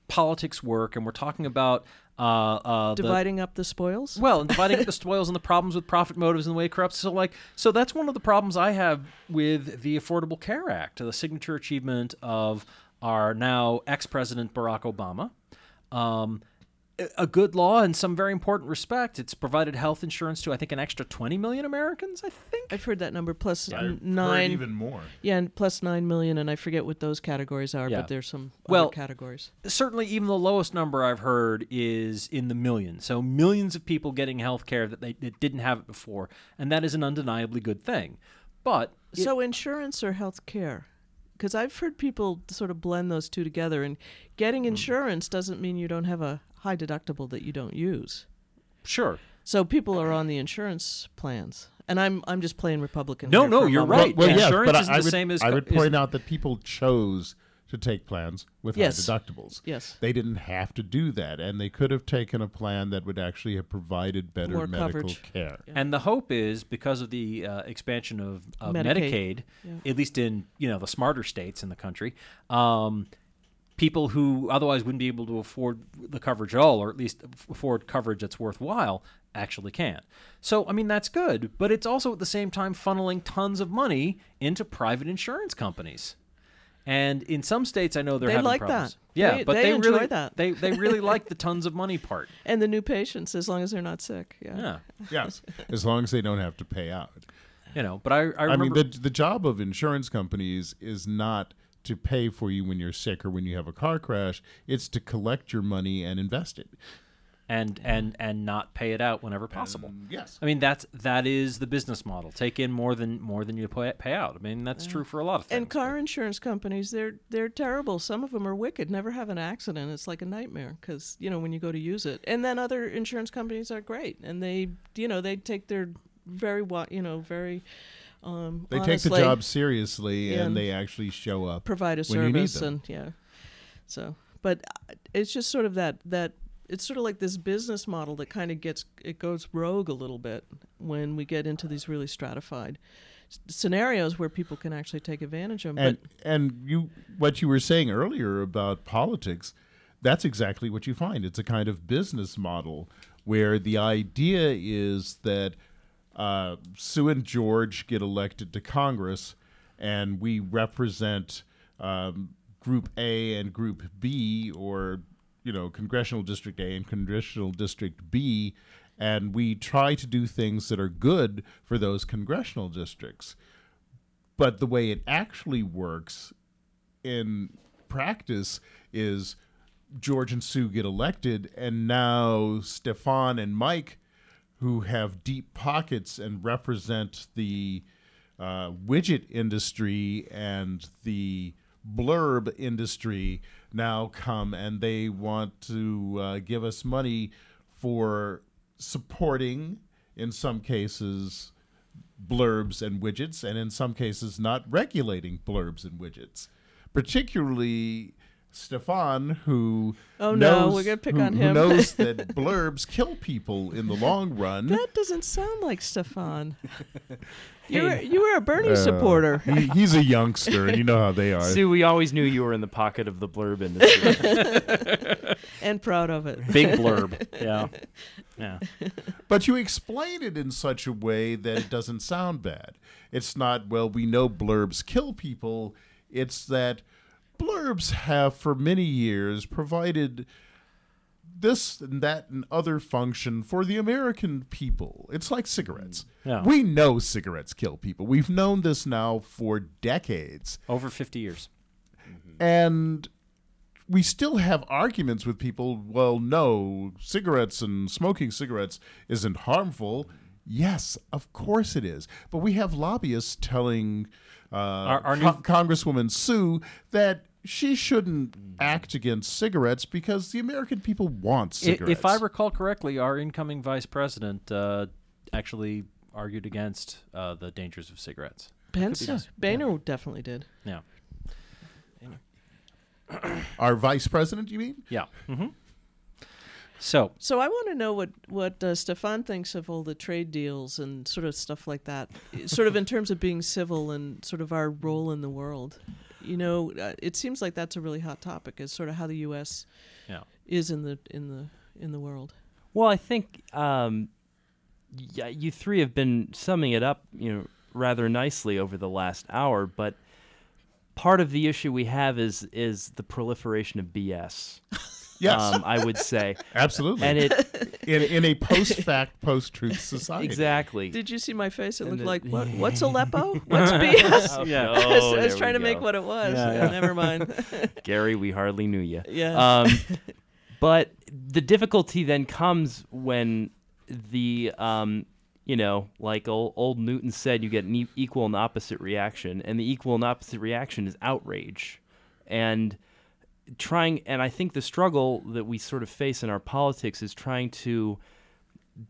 Speaker 2: politics work, and we're talking about uh, uh, the-
Speaker 4: Dividing up the spoils?
Speaker 2: Well, and dividing up the spoils and the problems with profit motives and the way it corrupts. So, like, so that's one of the problems I have with the Affordable Care Act, the signature achievement of our now ex-president Barack Obama. Um, a- a good law in some very important respect. It's provided health insurance to I think an extra 20 million Americans. I think
Speaker 4: I've heard that number plus
Speaker 2: Yeah. I've
Speaker 4: n-
Speaker 2: heard
Speaker 4: nine,
Speaker 2: even more.
Speaker 4: Yeah, and plus nine million, and I forget what those categories are,
Speaker 2: Yeah.
Speaker 4: but there's some
Speaker 2: Well,
Speaker 4: other categories.
Speaker 2: certainly even the lowest number I've heard is in the millions. So millions of people getting health care that they that didn't have it before, and that is an undeniably good thing. But it-
Speaker 4: so insurance or health care? Because I've heard people sort of blend those two together, and getting insurance doesn't mean you don't have a high deductible that you don't use.
Speaker 2: sure.
Speaker 4: So people are on the insurance plans, and I'm I'm just playing Republican.
Speaker 2: No,
Speaker 4: here
Speaker 2: no,
Speaker 4: for a
Speaker 2: you're
Speaker 4: moment.
Speaker 2: right.
Speaker 3: Well, yes,
Speaker 2: Insurance
Speaker 3: but I-
Speaker 2: isn't
Speaker 3: I
Speaker 2: the
Speaker 3: would,
Speaker 2: same as
Speaker 3: I
Speaker 2: co-
Speaker 3: would point out that people chose to take plans with
Speaker 4: Yes.
Speaker 3: high deductibles.
Speaker 4: Yes.
Speaker 3: They didn't have to do that, and they could have taken a plan that would actually have provided better
Speaker 4: More
Speaker 3: medical
Speaker 4: coverage.
Speaker 3: care.
Speaker 2: And the hope is because of the uh, expansion of, of Medicaid,
Speaker 4: Medicaid. Yeah.
Speaker 2: at least in you know the smarter states in the country, um, people who otherwise wouldn't be able to afford the coverage at all, or at least aff- afford coverage that's worthwhile, actually can. So I mean that's good, but it's also at the same time funneling tons of money into private insurance companies. And in some states, I know they're
Speaker 4: They
Speaker 2: having
Speaker 4: like
Speaker 2: problems.
Speaker 4: that.
Speaker 2: Yeah,
Speaker 4: They-
Speaker 2: but
Speaker 4: they
Speaker 2: they,
Speaker 4: enjoy
Speaker 2: really
Speaker 4: that.
Speaker 2: they they really like the tons of money part.
Speaker 4: and the new patients as long as they're not sick. Yeah.
Speaker 2: Yeah.
Speaker 3: Yes. as long as they don't have to pay out.
Speaker 2: You know, but I I,
Speaker 3: mean,
Speaker 2: remember-
Speaker 3: the the job of insurance companies is not to pay for you when you're sick or when you have a car crash. It's to collect your money and invest it.
Speaker 2: and and and not pay it out whenever possible.
Speaker 3: yes.
Speaker 2: I mean that's that is the business model. Take in more than more than you pay, pay out. I mean that's true for a lot of things.
Speaker 4: And car insurance companies, they're they're terrible. Some of them are wicked. Never have an accident. It's like a nightmare because you know when you go to use it. And then other insurance companies are great, and they you know they take their very wa- you know very. Um,
Speaker 3: They take the
Speaker 4: honestly
Speaker 3: job seriously and,
Speaker 4: and
Speaker 3: they actually show up.
Speaker 4: provide a
Speaker 3: when you need
Speaker 4: service,
Speaker 3: them.
Speaker 4: and yeah. So, but uh, it's just sort of that that it's sort of like this business model that kind of gets it goes rogue a little bit when we get into these really stratified s- scenarios where people can actually take advantage of them.
Speaker 3: and and you what you were saying earlier about politics that's exactly what you find it's a kind of business model where the idea is that uh, sue and george get elected to congress and we represent um, group a and group b or you know congressional district a and congressional district b and we try to do things that are good for those congressional districts but the way it actually works in practice is George and Sue get elected, and now Stefan and Mike, who have deep pockets and represent the uh, widget industry and the blurb industry, now come and they want to uh, give us money for supporting, in some cases, blurbs and widgets, and in some cases, not regulating blurbs and widgets. Particularly Stefan, who
Speaker 4: Oh, no,
Speaker 3: knows,
Speaker 4: we're gonna pick
Speaker 3: who-
Speaker 4: on
Speaker 3: who
Speaker 4: him.
Speaker 3: knows that blurbs kill people in the long run.
Speaker 4: that doesn't sound like Stefan. you were
Speaker 3: Hey.
Speaker 4: you were a Bernie supporter.
Speaker 3: he- he's a youngster, and you know how they are.
Speaker 1: Sue, we always knew you were in the pocket of the blurb industry.
Speaker 4: and proud of it.
Speaker 1: Big blurb, yeah.
Speaker 2: Yeah.
Speaker 3: But you explain it in such a way that it doesn't sound bad. It's not, well, we know blurbs kill people. It's that blurbs have, for many years, provided this and that and other function for the American people. It's like cigarettes.
Speaker 2: Yeah.
Speaker 3: We know cigarettes kill people. We've known this now for decades.
Speaker 2: Over 50 years.
Speaker 3: And we still have arguments with people. Well, no, cigarettes and smoking cigarettes isn't harmful. Yes, of course it is. But we have lobbyists telling uh,
Speaker 2: our
Speaker 3: Co- Congresswoman Sue that she shouldn't act against cigarettes because the American people want
Speaker 2: I-
Speaker 3: cigarettes.
Speaker 2: If I recall correctly, our incoming vice president uh, actually argued against uh, the dangers of cigarettes.
Speaker 4: Pence,
Speaker 2: Could be-
Speaker 4: Boehner definitely did.
Speaker 2: Yeah.
Speaker 3: Our vice president, you mean?
Speaker 2: Yeah. Mm-hmm. So
Speaker 4: So I want to know what what uh, Stefan thinks of all the trade deals and sort of stuff like that, sort of in terms of being civil and sort of our role in the world. You know, uh, it seems like that's a really hot topic. Is sort of how the U.S.
Speaker 2: Yeah.
Speaker 4: is in the in the in the world.
Speaker 1: Well, I think um, y- you three have been summing it up, you know, rather nicely over the last hour. But part of the issue we have is is the proliferation of BS.
Speaker 3: Yes.
Speaker 1: um, I would say
Speaker 3: Absolutely.
Speaker 1: and it
Speaker 3: in, in a post-fact, post-truth society.
Speaker 1: exactly.
Speaker 4: Did you see my face? It
Speaker 1: And
Speaker 4: looked
Speaker 1: the-
Speaker 4: like what? What's Aleppo? What's BS?
Speaker 1: Oh,
Speaker 4: I was, I
Speaker 1: there
Speaker 4: was
Speaker 1: we
Speaker 4: trying to make
Speaker 1: go.
Speaker 4: what it was. Yeah, Never mind.
Speaker 1: Gary, we hardly knew you.
Speaker 4: Yeah.
Speaker 1: Um, but the difficulty then comes when the, um, you know, like old, old Newton said, you get an e- equal and opposite reaction, and the equal and opposite reaction is outrage, and trying. And I think the struggle that we sort of face in our politics is trying to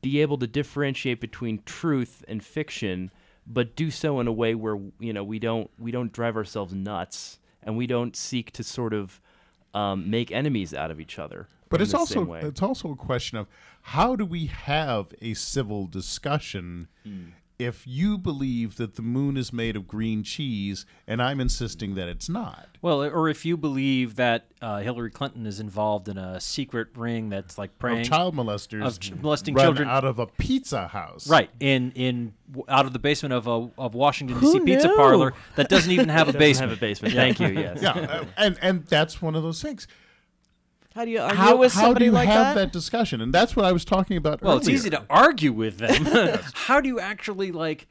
Speaker 1: be able to differentiate between truth and fiction but do so in a way where you know we don't we don't drive ourselves nuts and we don't seek to sort of um, make enemies out of each other
Speaker 3: But
Speaker 1: in
Speaker 3: it's
Speaker 1: the
Speaker 3: also
Speaker 1: same way.
Speaker 2: Hmm.
Speaker 3: it's also a question of how do we have a civil discussion if you believe that the moon is made of green cheese and I'm insisting that it's not.
Speaker 2: Well, or if you believe that uh, Hillary Clinton is involved in a secret ring that's like praying
Speaker 3: Of child molesters
Speaker 2: of ch- molesting
Speaker 3: run
Speaker 2: children
Speaker 3: out of a pizza house.
Speaker 2: Right in in w- out of the basement of a of Washington
Speaker 3: Who
Speaker 2: D.C. pizza
Speaker 3: knew?
Speaker 2: parlor that doesn't even have a
Speaker 1: Doesn't have
Speaker 2: basement.
Speaker 1: a basement. Thank you, yes.
Speaker 3: Yeah, uh, and and that's one of those things.
Speaker 4: How do you argue
Speaker 3: How,
Speaker 4: with
Speaker 3: how do
Speaker 4: somebody
Speaker 3: you
Speaker 4: like
Speaker 3: have that?
Speaker 4: that?
Speaker 3: discussion? And that's what I was talking about
Speaker 2: Well,
Speaker 3: earlier.
Speaker 2: it's easy to argue with them. How do you actually like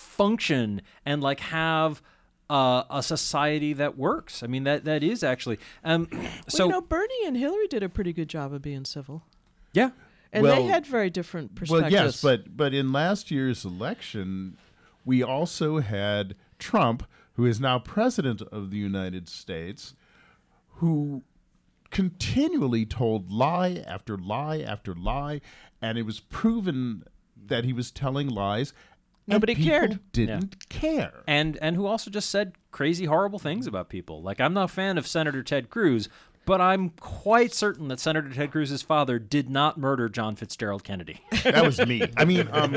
Speaker 2: function and like have uh, a society that works? I mean, that that is actually um.
Speaker 4: So
Speaker 2: So
Speaker 4: you know, Bernie and Hillary did a pretty good job of being civil.
Speaker 2: Yeah,
Speaker 4: and
Speaker 3: Well-
Speaker 4: they had very different
Speaker 3: Well,
Speaker 4: perspectives.
Speaker 3: yes, but but in last year's election, we also had Trump, who is now president of the United States, who continually told lie after lie after lie, and it was proven that he was telling lies. and
Speaker 2: Nobody
Speaker 3: people
Speaker 2: cared.
Speaker 3: Didn't care.
Speaker 2: and and who also just said crazy horrible things about people. Like I'm not a fan of Senator Ted Cruz, but I'm quite certain that Senator Ted Cruz's father did not murder John Fitzgerald Kennedy.
Speaker 3: That was me. I mean, um,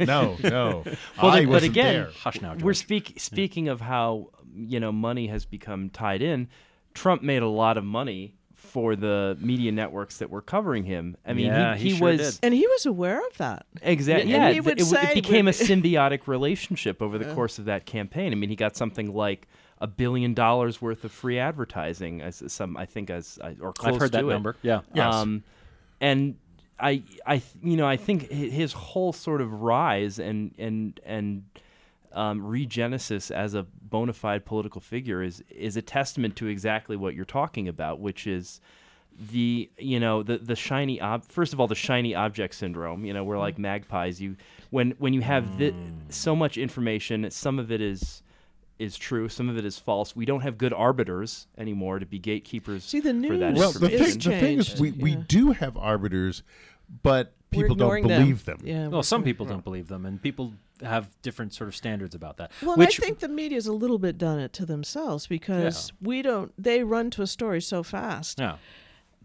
Speaker 3: no, no.
Speaker 1: Well,
Speaker 3: I
Speaker 1: but- but
Speaker 3: wasn't
Speaker 1: again,
Speaker 3: there.
Speaker 2: Hush now,
Speaker 1: we're speak, speaking of how you know money has become tied in. Trump made a lot of money for the media networks that were covering him. I mean, he, was
Speaker 4: and he was aware of that
Speaker 1: Exactly.
Speaker 4: And
Speaker 1: Yeah,
Speaker 4: he
Speaker 1: th-
Speaker 4: would
Speaker 1: it, w-
Speaker 4: say
Speaker 1: it became a
Speaker 4: when-
Speaker 1: symbiotic relationship over the
Speaker 4: Yeah.
Speaker 1: course of that campaign. I mean, he got something like a billion dollars worth of free advertising. As some, I think, as I- or close
Speaker 2: heard
Speaker 1: to
Speaker 2: that
Speaker 1: it.
Speaker 2: number. Yeah. Yes.
Speaker 1: Um, and I, I, th- you know, I think hi- his whole sort of rise and and and um, regenesis as a bona fide political figure is is a testament to exactly what you're talking about, which is the you know the the shiny ob first of all the shiny object syndrome you know we're like magpies you when when you have thi- so much information some of it is is true some of it is false we don't have good arbiters anymore to be gatekeepers
Speaker 4: See, the
Speaker 1: for that
Speaker 3: well, the thing,
Speaker 1: information.
Speaker 3: the thing is, we, we do have arbiters, but
Speaker 4: We're
Speaker 3: people don't
Speaker 4: ignoring them.
Speaker 3: believe them.
Speaker 4: Yeah,
Speaker 2: well,
Speaker 4: we're-
Speaker 2: some people don't believe them, and people have different sort of standards about that.
Speaker 4: Well, and
Speaker 2: which
Speaker 4: I think the media's a little bit done it to themselves because we don't. They run to a story so fast.
Speaker 2: Yeah.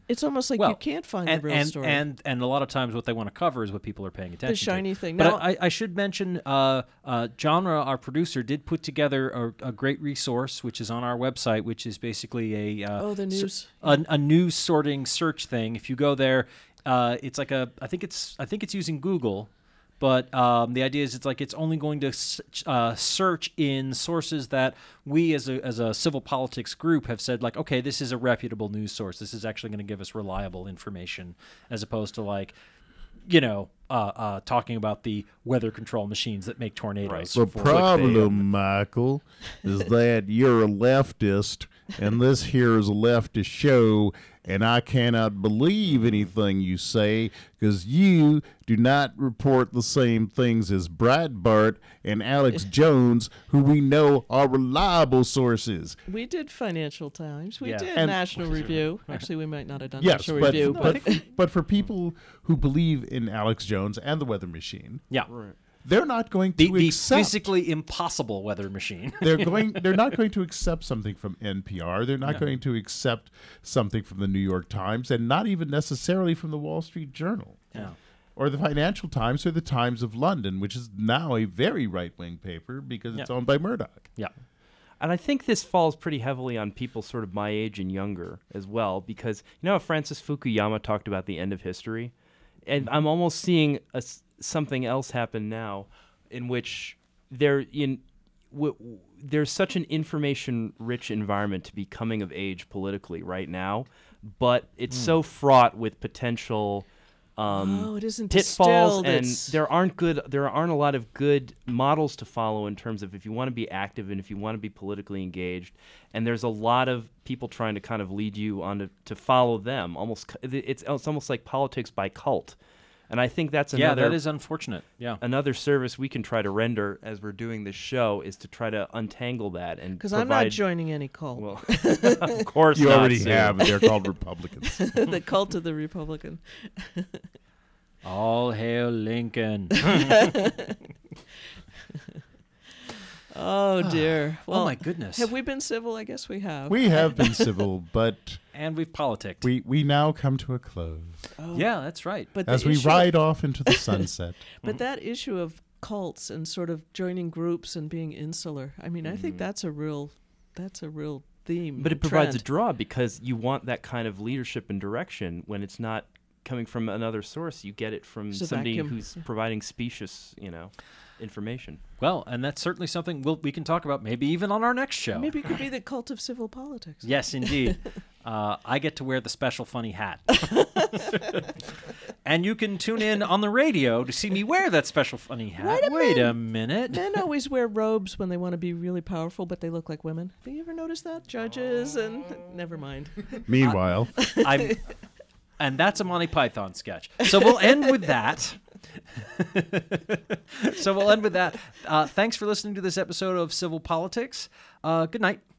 Speaker 4: It's almost like you
Speaker 2: Well,
Speaker 4: can't find
Speaker 2: and,
Speaker 4: the real
Speaker 2: and,
Speaker 4: story.
Speaker 2: And and a lot of times, what they want to cover is what people are paying attention.
Speaker 4: shiny
Speaker 2: to.
Speaker 4: thing.
Speaker 2: But
Speaker 4: Now-
Speaker 2: I, I should mention, uh, uh, genre. Our producer did put together a, a great resource, which is on our website, which is basically a uh,
Speaker 4: Oh, the
Speaker 2: s-
Speaker 4: news.
Speaker 2: a, a news sorting search thing. If you go there, uh, it's like a. I think it's I think it's using Google. But um, the idea is, it's like it's only going to s- uh, search in sources that we, as a as a civil politics group, have said like, okay, this is a reputable news source. This is actually going to give us reliable information, as opposed to like, you know, uh, uh, talking about the weather control machines that make tornadoes.
Speaker 3: The
Speaker 2: for-
Speaker 3: problem, Michael, is that you're a leftist, and this here is a leftist show, and I cannot believe anything you say because you do not report the same things as Breitbart and Alex Jones, who we know are reliable sources.
Speaker 4: we did Financial Times. We
Speaker 3: Yeah.
Speaker 4: did
Speaker 3: And-
Speaker 4: National Review. Actually, we might not have done
Speaker 3: yes,
Speaker 4: National
Speaker 3: but,
Speaker 4: Review,
Speaker 3: but, but for people who believe in Alex Jones and the Weather Machine,
Speaker 2: Yeah.
Speaker 3: they're not going to
Speaker 2: The, the
Speaker 3: accept.
Speaker 2: physically impossible weather machine.
Speaker 3: they're going. They're not going to accept something from NPR. They're not
Speaker 2: No.
Speaker 3: going to accept something from the New York Times, and not even necessarily from the Wall Street Journal,
Speaker 2: No.
Speaker 3: or the Financial Times, or the Times of London, which is now a very right-wing paper because it's
Speaker 1: Yeah.
Speaker 3: owned by Murdoch.
Speaker 2: Yeah.
Speaker 1: And I think this falls pretty heavily on people sort of my age and younger as well, because you know how Francis Fukuyama talked about the end of history, and I'm almost seeing a s something else happen now, in which there in w- w- there's such an information-rich environment to be coming of age politically right now, but it's
Speaker 4: Mm.
Speaker 1: so fraught with potential. Um,
Speaker 4: Oh, it isn't
Speaker 1: pitfalls
Speaker 4: distilled,
Speaker 1: and
Speaker 4: it's-
Speaker 1: there aren't good there aren't a lot of good models to follow in terms of if you want to be active and if you want to be politically engaged and there's a lot of people trying to kind of lead you on to, to follow them almost c- it's it's almost like politics by cult and i think that's
Speaker 2: Yeah,
Speaker 1: another
Speaker 2: that is unfortunate. Yeah.
Speaker 1: another service we can try to render as we're doing this show is to try to untangle that and
Speaker 4: because I'm not
Speaker 1: provide-
Speaker 4: joining any cult.
Speaker 1: well of course
Speaker 3: You
Speaker 1: not,
Speaker 3: already
Speaker 1: Sue.
Speaker 3: have. They're called Republicans.
Speaker 4: the cult of the Republican.
Speaker 2: All hail Lincoln.
Speaker 4: Oh dear.
Speaker 2: Oh,
Speaker 4: Well,
Speaker 2: my goodness.
Speaker 4: Have we been civil? I guess we have.
Speaker 3: We have been civil, but
Speaker 2: and we've politicked.
Speaker 3: We we now come to a close
Speaker 2: Yeah, that's right.
Speaker 4: But the
Speaker 3: as we
Speaker 4: issue-
Speaker 3: ride off into the sunset.
Speaker 4: But that issue of cults and sort of joining groups and being insular. I mean, I think that's a real that's a real theme.
Speaker 1: But it
Speaker 4: and
Speaker 1: provides
Speaker 4: trend.
Speaker 1: a draw because you want that kind of leadership and direction when it's not coming from another source. You get it from
Speaker 4: It's a
Speaker 1: somebody
Speaker 4: vacuum.
Speaker 1: who's providing specious, you know, information.
Speaker 2: Well, and that's certainly something we'll, we can talk about maybe even on our next show.
Speaker 4: Maybe it could be the cult of civil politics.
Speaker 2: Yes, indeed. uh, I get to wear the special funny hat. and you can tune in on the radio to see me wear that special funny hat.
Speaker 4: Wait a
Speaker 2: minute.
Speaker 4: Men always wear robes when they want to be really powerful, but they look like women. Have you ever noticed that? Judges and never mind.
Speaker 3: Meanwhile,
Speaker 2: I'm, and that's a Monty Python sketch. So we'll end with that. so we'll end with that. Uh, thanks for listening to this episode of Civil Politics. Uh, good night.